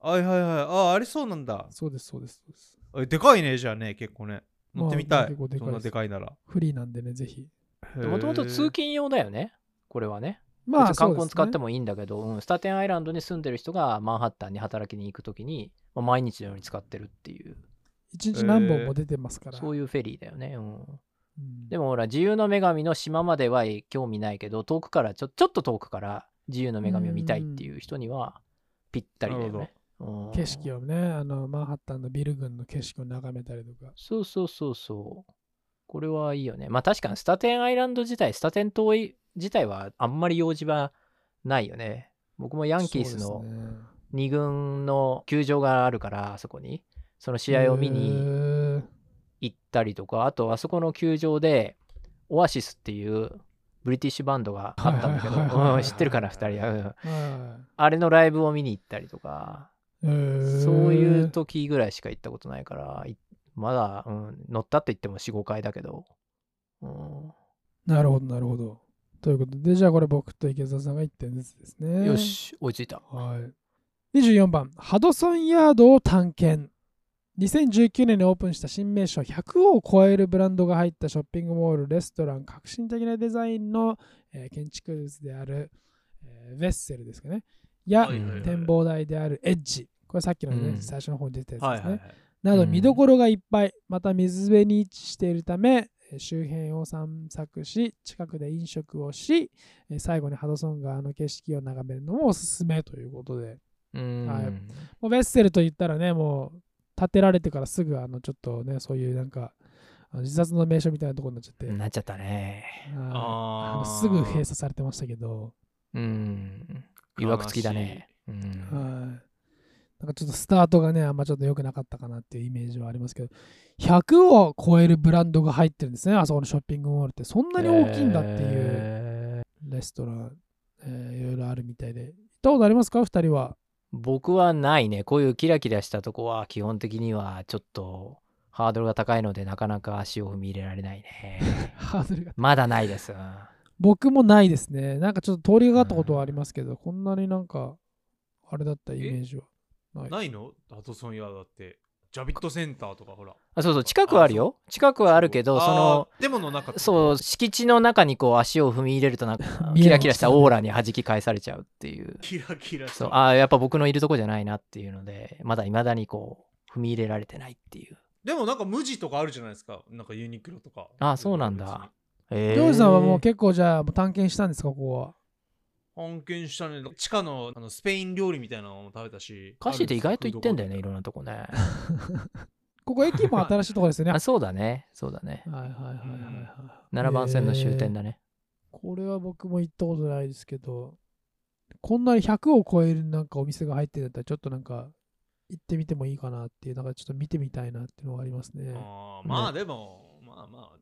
[SPEAKER 2] はいはいはいあーありそうなんだ
[SPEAKER 1] そうです、そうです。そうです
[SPEAKER 2] あでかいねじゃあね結構ね乗ってみた
[SPEAKER 1] まあ
[SPEAKER 2] い,、
[SPEAKER 1] 結構でかいです
[SPEAKER 2] そんなでかいなら
[SPEAKER 1] フリーなんでね、ぜひ。
[SPEAKER 3] もともと通勤用だよねこれはね別に観光に使ってもいいんだけど、うん、スタテンアイランドに住んでる人がマンハッタンに働きに行く時に、まあ毎日のように使ってるっていう
[SPEAKER 1] 一日何本も出てますから。
[SPEAKER 3] そういうフェリーだよね、うん、
[SPEAKER 1] うん
[SPEAKER 3] でもほら自由の女神の島までは興味ないけど遠くからちょちょっと遠くから自由の女神を見たいっていう人にはぴったりだよね、うん
[SPEAKER 1] 景色をね、あのマンハッタンのビル群の景色を眺めたりとか。
[SPEAKER 3] そうそうそうそう。これはいいよね。まあ確かにスタテンアイランド自体、スタテン島い自体はあんまり用事はないよね。僕もヤンキース
[SPEAKER 1] そう
[SPEAKER 3] の
[SPEAKER 1] ですね
[SPEAKER 3] 2軍の球場があるから、あそこに。その試合を見
[SPEAKER 1] へ
[SPEAKER 3] に
[SPEAKER 1] ー
[SPEAKER 3] 行ったりとか、あとあそこの球場で、オアシスっていうブリティッシュバンドがあったんだけ
[SPEAKER 1] はいはいはいはい
[SPEAKER 3] ど、うん知ってるから2人は、うん
[SPEAKER 1] は
[SPEAKER 3] あれのライブを見に行ったりとか、
[SPEAKER 1] いへー
[SPEAKER 3] そういう時ぐらいしか行ったことないから、いまだ、うん、乗ったって言っても4、5回だけど、うん、
[SPEAKER 1] なるほど、なるほど。ということで、じゃあこれ僕と池澤さんが1点ずつですね。
[SPEAKER 3] よ。し、追いついた。
[SPEAKER 1] はい、24番、ハドソンヤードを探検。2019年にオープンした新名称100を超えるブランドが入ったショッピングモール、レストラン、革新的なデザインの、えー建築物である、えーヴェッセルですかね。や、
[SPEAKER 2] はいはいはい
[SPEAKER 1] 展望台であるエッジ。これさっきのね、
[SPEAKER 3] うん
[SPEAKER 1] 最初の方に出てるやつ
[SPEAKER 2] は
[SPEAKER 1] で
[SPEAKER 2] い
[SPEAKER 1] すね。
[SPEAKER 2] はいはい。
[SPEAKER 1] など
[SPEAKER 3] うん
[SPEAKER 1] 見どころがいっぱい、また水辺に位置しているためえー周辺を散策し近くで飲食をしえー最後にハドソン川の景色を眺めるのもおすすめということで
[SPEAKER 3] うーん。
[SPEAKER 1] はいもうベッセルと言ったらねもう建てられてからすぐあのちょっとねそういうなんかあの自殺の名所みたいなところになっちゃって、
[SPEAKER 3] なっちゃったね。
[SPEAKER 1] はいあ
[SPEAKER 2] あ
[SPEAKER 1] の
[SPEAKER 2] あ。
[SPEAKER 1] すぐ閉鎖されてましたけど、
[SPEAKER 3] うん。誘惑付きだね。うん。
[SPEAKER 1] はいなんかちょっとスタートがねあんまちょっと良くなかったかなっていうイメージはありますけど100を超えるブランドが入ってるんですねあそこのショッピングモールってそんなに大きいんだっていう
[SPEAKER 3] う。
[SPEAKER 1] レストラン、えーいろいろあるみたいで行ったことありますか2人は
[SPEAKER 3] 僕はないね。こういうキラキラしたとこは基本的にはちょっとハードルが高いのでなかなか足を踏み入れられないね。
[SPEAKER 1] ハードルが
[SPEAKER 3] まだないです。
[SPEAKER 1] 僕もないですねなんかちょっと通りがかったことはありますけどこんなになんかあれだったイメージはない
[SPEAKER 2] ないのハドソンヤードだって。ジャビットセンターとかほら。
[SPEAKER 3] あそうそう、近くはあるよ。近くはあるけど、そ
[SPEAKER 2] あ
[SPEAKER 3] の
[SPEAKER 2] ー。でもの中う。
[SPEAKER 3] そう敷地の中にこう足を踏み入れるとなんか
[SPEAKER 1] 見えます
[SPEAKER 3] キラキラしたオーラに弾き返されちゃうっていう
[SPEAKER 2] キラキラした
[SPEAKER 3] そうああやっぱ僕のいるとこじゃないなっていうのでまだ未だにこう踏み入れられてないっていう
[SPEAKER 2] でもなんか無地とかあるじゃないですか。なんかユニクロとか。
[SPEAKER 3] あそうなんだ。え
[SPEAKER 1] ジョージさんはもう結構じゃあもう探検したんですかここは
[SPEAKER 2] 案件したね。地下のあのスペイン料理みたいなのも食べたし。
[SPEAKER 3] 歌詞で意外と言ってんだよねいろん
[SPEAKER 2] な。
[SPEAKER 3] なとこね
[SPEAKER 1] ここ駅も新しいとこですよね
[SPEAKER 3] あそうだねそうだね
[SPEAKER 1] はいはいはいはいはいはい。
[SPEAKER 3] 7番線の終点
[SPEAKER 1] だ。
[SPEAKER 3] だね、
[SPEAKER 1] これは僕も行ったことないですけど、こんなに100を超えるなんかお店が入ってるんだったら、ちょっとなんか行ってみてもいいかなっていう、なんかちょっと見てみたいなっていうのがありますね。
[SPEAKER 2] あーまあでも、まあまあ。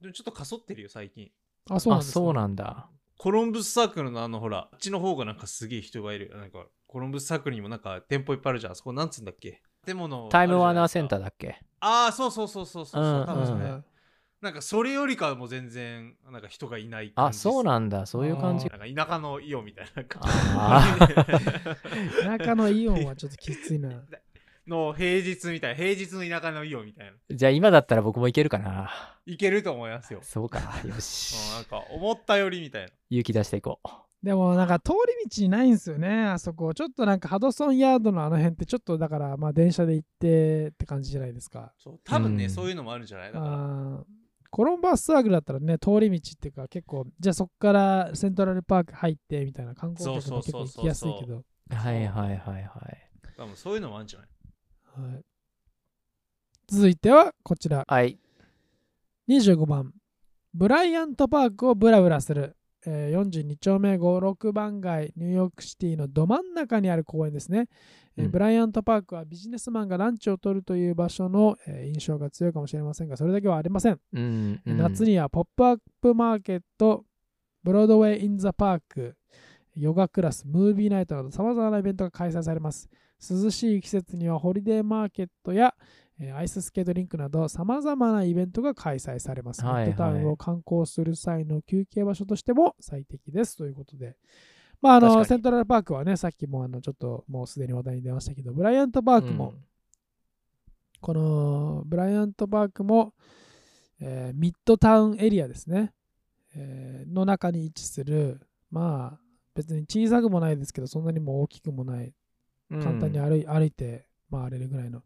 [SPEAKER 2] でもちょっとかそってるよ、最近。
[SPEAKER 1] あ、そうなん
[SPEAKER 3] あ
[SPEAKER 1] ですか
[SPEAKER 3] そうなんだ
[SPEAKER 2] コロンブスサークルのあのほら、あっちの方がなんかすげえ人がいる。なんか、コロンブスサークルにもなんか店舗いっぱいあるじゃん。あそこなんつうんだっけ建物。
[SPEAKER 3] タイムワーナーセンター
[SPEAKER 2] ー。
[SPEAKER 3] だっけ
[SPEAKER 2] ああ、そうそうそうそうそうそう。
[SPEAKER 3] うん
[SPEAKER 2] 多分それ
[SPEAKER 3] う
[SPEAKER 2] なんかそれよりかはもう全然、なんか人がいない感
[SPEAKER 3] あ
[SPEAKER 2] じっす
[SPEAKER 3] そうなんだそういう感じ
[SPEAKER 1] あ
[SPEAKER 2] なんか田舎のイオンみたいな感
[SPEAKER 3] あ
[SPEAKER 2] じ。
[SPEAKER 1] 中のイオンはちょっときついな。
[SPEAKER 2] の平日みたいな。平日の田舎のイオンみたいな。
[SPEAKER 3] ーじゃあ今だったら僕もいけるかない
[SPEAKER 2] けると思いますよ。
[SPEAKER 3] そうかよし
[SPEAKER 2] うん、なんか思ったよりみたいな。
[SPEAKER 3] 勇気出していこう
[SPEAKER 1] でもなんか通り道にないんですよね、あそこ。ちょっとなんかハドソンヤードのあの辺って、ちょっとだから、まあ電車で行ってって感じじゃないですか。
[SPEAKER 2] そう多分ね、
[SPEAKER 3] うん
[SPEAKER 2] そういうのもあるんじゃないだから。
[SPEAKER 1] あーコロンバスサークルだったらね、通り道っていうか、結構、じゃあそこからセントラルパーク入ってみたいな観光客も結構行きやすい
[SPEAKER 2] そうそうそう
[SPEAKER 1] けど。
[SPEAKER 3] はいはいはいはい。
[SPEAKER 2] 多分そういうのもあるんじゃない
[SPEAKER 1] はい続いてはこちら、
[SPEAKER 3] はい。
[SPEAKER 1] 25番。ブライアントパークをブラブラする。えー42丁目5、6番街、ニューヨークシティのど真ん中にある公園ですね。えー
[SPEAKER 3] うん
[SPEAKER 1] ブライアントパークはビジネスマンがランチを取るという場所の、えー印象が強いかもしれませんが、それだけはありません。
[SPEAKER 3] うん、うん
[SPEAKER 1] 夏。にはポップアップマーケット、ブロードウェイ・イン・ザ・パーク、ヨガクラス、ムービーナイトなど様々なイベントが開催されます。涼しい季節にはホリデーマーケットやえーアイススケートリンクなど様々なイベントが開催されます。
[SPEAKER 3] はいはい
[SPEAKER 1] ミッドタウンを観光する際の休憩場所としても最適ですということで。まあ、あ
[SPEAKER 3] 確か
[SPEAKER 1] の
[SPEAKER 3] に
[SPEAKER 1] セントラルパークはね、さっきもあのちょっともうすでに話題に出ましたけど、ブライアントパークも、このブライアントパークも、えーミッドタウンエリアですね、えーの中に位置するまあ別に小さくもないですけどそんなにも大きくもない
[SPEAKER 3] うん、
[SPEAKER 1] 簡単に
[SPEAKER 3] あ
[SPEAKER 1] 歩い,、歩いて回れるぐらいの、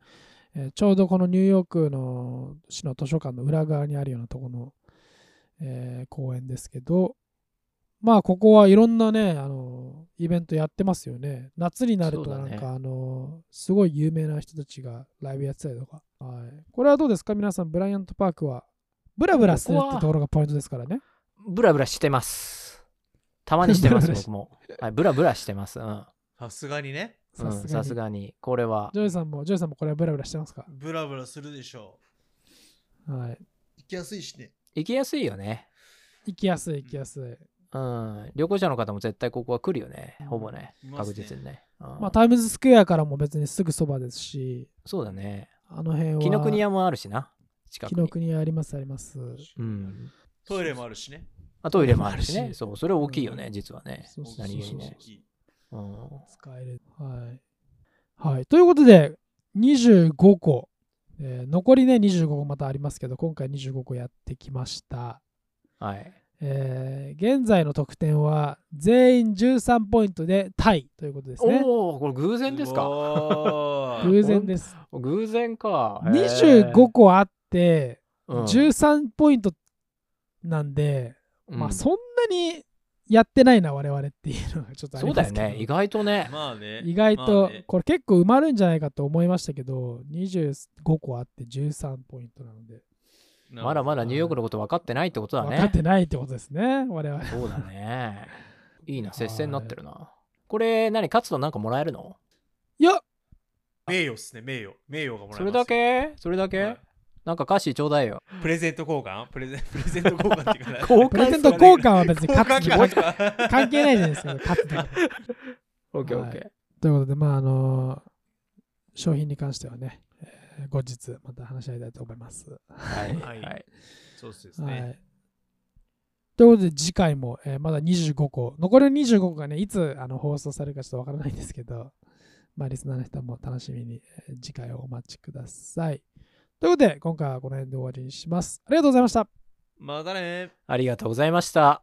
[SPEAKER 1] えーちょうどこのニューヨークの市の図書館の裏側にあるようなところの、えー公園ですけどまあここはいろんなねあのイベントやってますよね夏になると
[SPEAKER 3] そう
[SPEAKER 1] な
[SPEAKER 3] だ
[SPEAKER 1] ん
[SPEAKER 3] ね
[SPEAKER 1] か、あのすごい有名な人たちがライブやってたりとか、はい、これはどうですか皆さんブライアントパークはブラブラする
[SPEAKER 3] こ
[SPEAKER 1] っ
[SPEAKER 3] こは
[SPEAKER 1] てところがポイントですからね
[SPEAKER 3] ブラブラしてます。たまにしてま
[SPEAKER 1] ブラブ
[SPEAKER 3] す、
[SPEAKER 1] ラし
[SPEAKER 3] 僕も。はい、ブラブラしてます。うん。うん
[SPEAKER 2] さすがにね。
[SPEAKER 1] さすが
[SPEAKER 3] さ
[SPEAKER 1] に
[SPEAKER 3] すがに。これは
[SPEAKER 1] ジ。ョイさんもジョイさんもこれはブラブラしてますか
[SPEAKER 2] ブラブラするでしょ
[SPEAKER 1] はい
[SPEAKER 2] 行きやすいしね。
[SPEAKER 3] 行きやすいよね。
[SPEAKER 1] 行きやすい行きやすい
[SPEAKER 3] うん。旅行者の方も絶対ここは来るよね。ほぼね
[SPEAKER 2] い。ますね
[SPEAKER 3] 確実にね。うん
[SPEAKER 1] まあ、タイムズスクエアからも別にすぐそばですし、
[SPEAKER 3] そうだね。
[SPEAKER 1] あの辺は。
[SPEAKER 3] 紀ノ国屋もあるしな。近く
[SPEAKER 1] 紀ノ
[SPEAKER 3] に。
[SPEAKER 1] 国屋ありますあります。
[SPEAKER 3] うん。
[SPEAKER 2] トイレもあるしね。
[SPEAKER 3] あトイレもあるしね。
[SPEAKER 1] し
[SPEAKER 3] そう、それ大きいよね、
[SPEAKER 1] うん
[SPEAKER 3] 実はね。
[SPEAKER 1] そうそうそう
[SPEAKER 3] 何
[SPEAKER 1] そう
[SPEAKER 3] 気にね。うん。
[SPEAKER 1] 使える。はい。はい。ということで、25個。えー残りね、25個またありますけど、今回25個やってきました。
[SPEAKER 3] はい。
[SPEAKER 1] えー現在の得点は全員13ポイントでタイということですね。
[SPEAKER 3] おお、これ偶然ですか
[SPEAKER 2] か
[SPEAKER 1] 偶然です。
[SPEAKER 3] 偶然か。へー
[SPEAKER 1] 25、個あって、
[SPEAKER 3] うん
[SPEAKER 1] 13ポイントなんで、まあそんなにやってないな、我々っていうのがちょっとあ
[SPEAKER 3] そ
[SPEAKER 1] り
[SPEAKER 3] うだ
[SPEAKER 1] ます
[SPEAKER 3] よ
[SPEAKER 1] けど
[SPEAKER 3] ね。意外とね。
[SPEAKER 2] まあね。
[SPEAKER 1] 意外
[SPEAKER 2] ま
[SPEAKER 1] と
[SPEAKER 2] あね
[SPEAKER 1] これ結構埋まるんじゃないかと思いましたけど25個あって13ポイントなので
[SPEAKER 3] まだまだニューヨークのこと分かってないってことだ
[SPEAKER 1] 分かっ
[SPEAKER 3] ね。
[SPEAKER 1] てないってことですね我々
[SPEAKER 3] そうだね。いいな、
[SPEAKER 1] はい
[SPEAKER 3] 接戦になってるな。これ、何、勝つとなんかもらえるの
[SPEAKER 1] いや
[SPEAKER 2] 名誉っすね、名誉。名誉がもらえます
[SPEAKER 3] それだけそれだけ、
[SPEAKER 2] はい
[SPEAKER 3] なんか歌詞ちょうだいよ。
[SPEAKER 2] プレゼント交換プレゼン プレゼント交換っていうかな
[SPEAKER 3] 交換
[SPEAKER 1] プレゼント 交換は別に
[SPEAKER 2] 交
[SPEAKER 1] 勝つと
[SPEAKER 2] 換か。
[SPEAKER 1] 関係ないじゃないですか勝つとか
[SPEAKER 3] オッケーオ
[SPEAKER 1] はい
[SPEAKER 3] ッケー。
[SPEAKER 1] ということでまああのー商品に関してはね、えー後日また話し合いたいと思います、
[SPEAKER 3] はい。
[SPEAKER 2] は
[SPEAKER 3] はいい。
[SPEAKER 2] そうです
[SPEAKER 1] は
[SPEAKER 2] ね。
[SPEAKER 1] いということで次回も、えーまだ25個残りの25個がねいつあの放送されるかちょっとわからないんですけど まあリスナーの人も楽しみに、えー次回をお待ちくださいということで今回はこの辺で終わりにしますありがとうございました
[SPEAKER 2] またね。
[SPEAKER 3] ありがとうございました。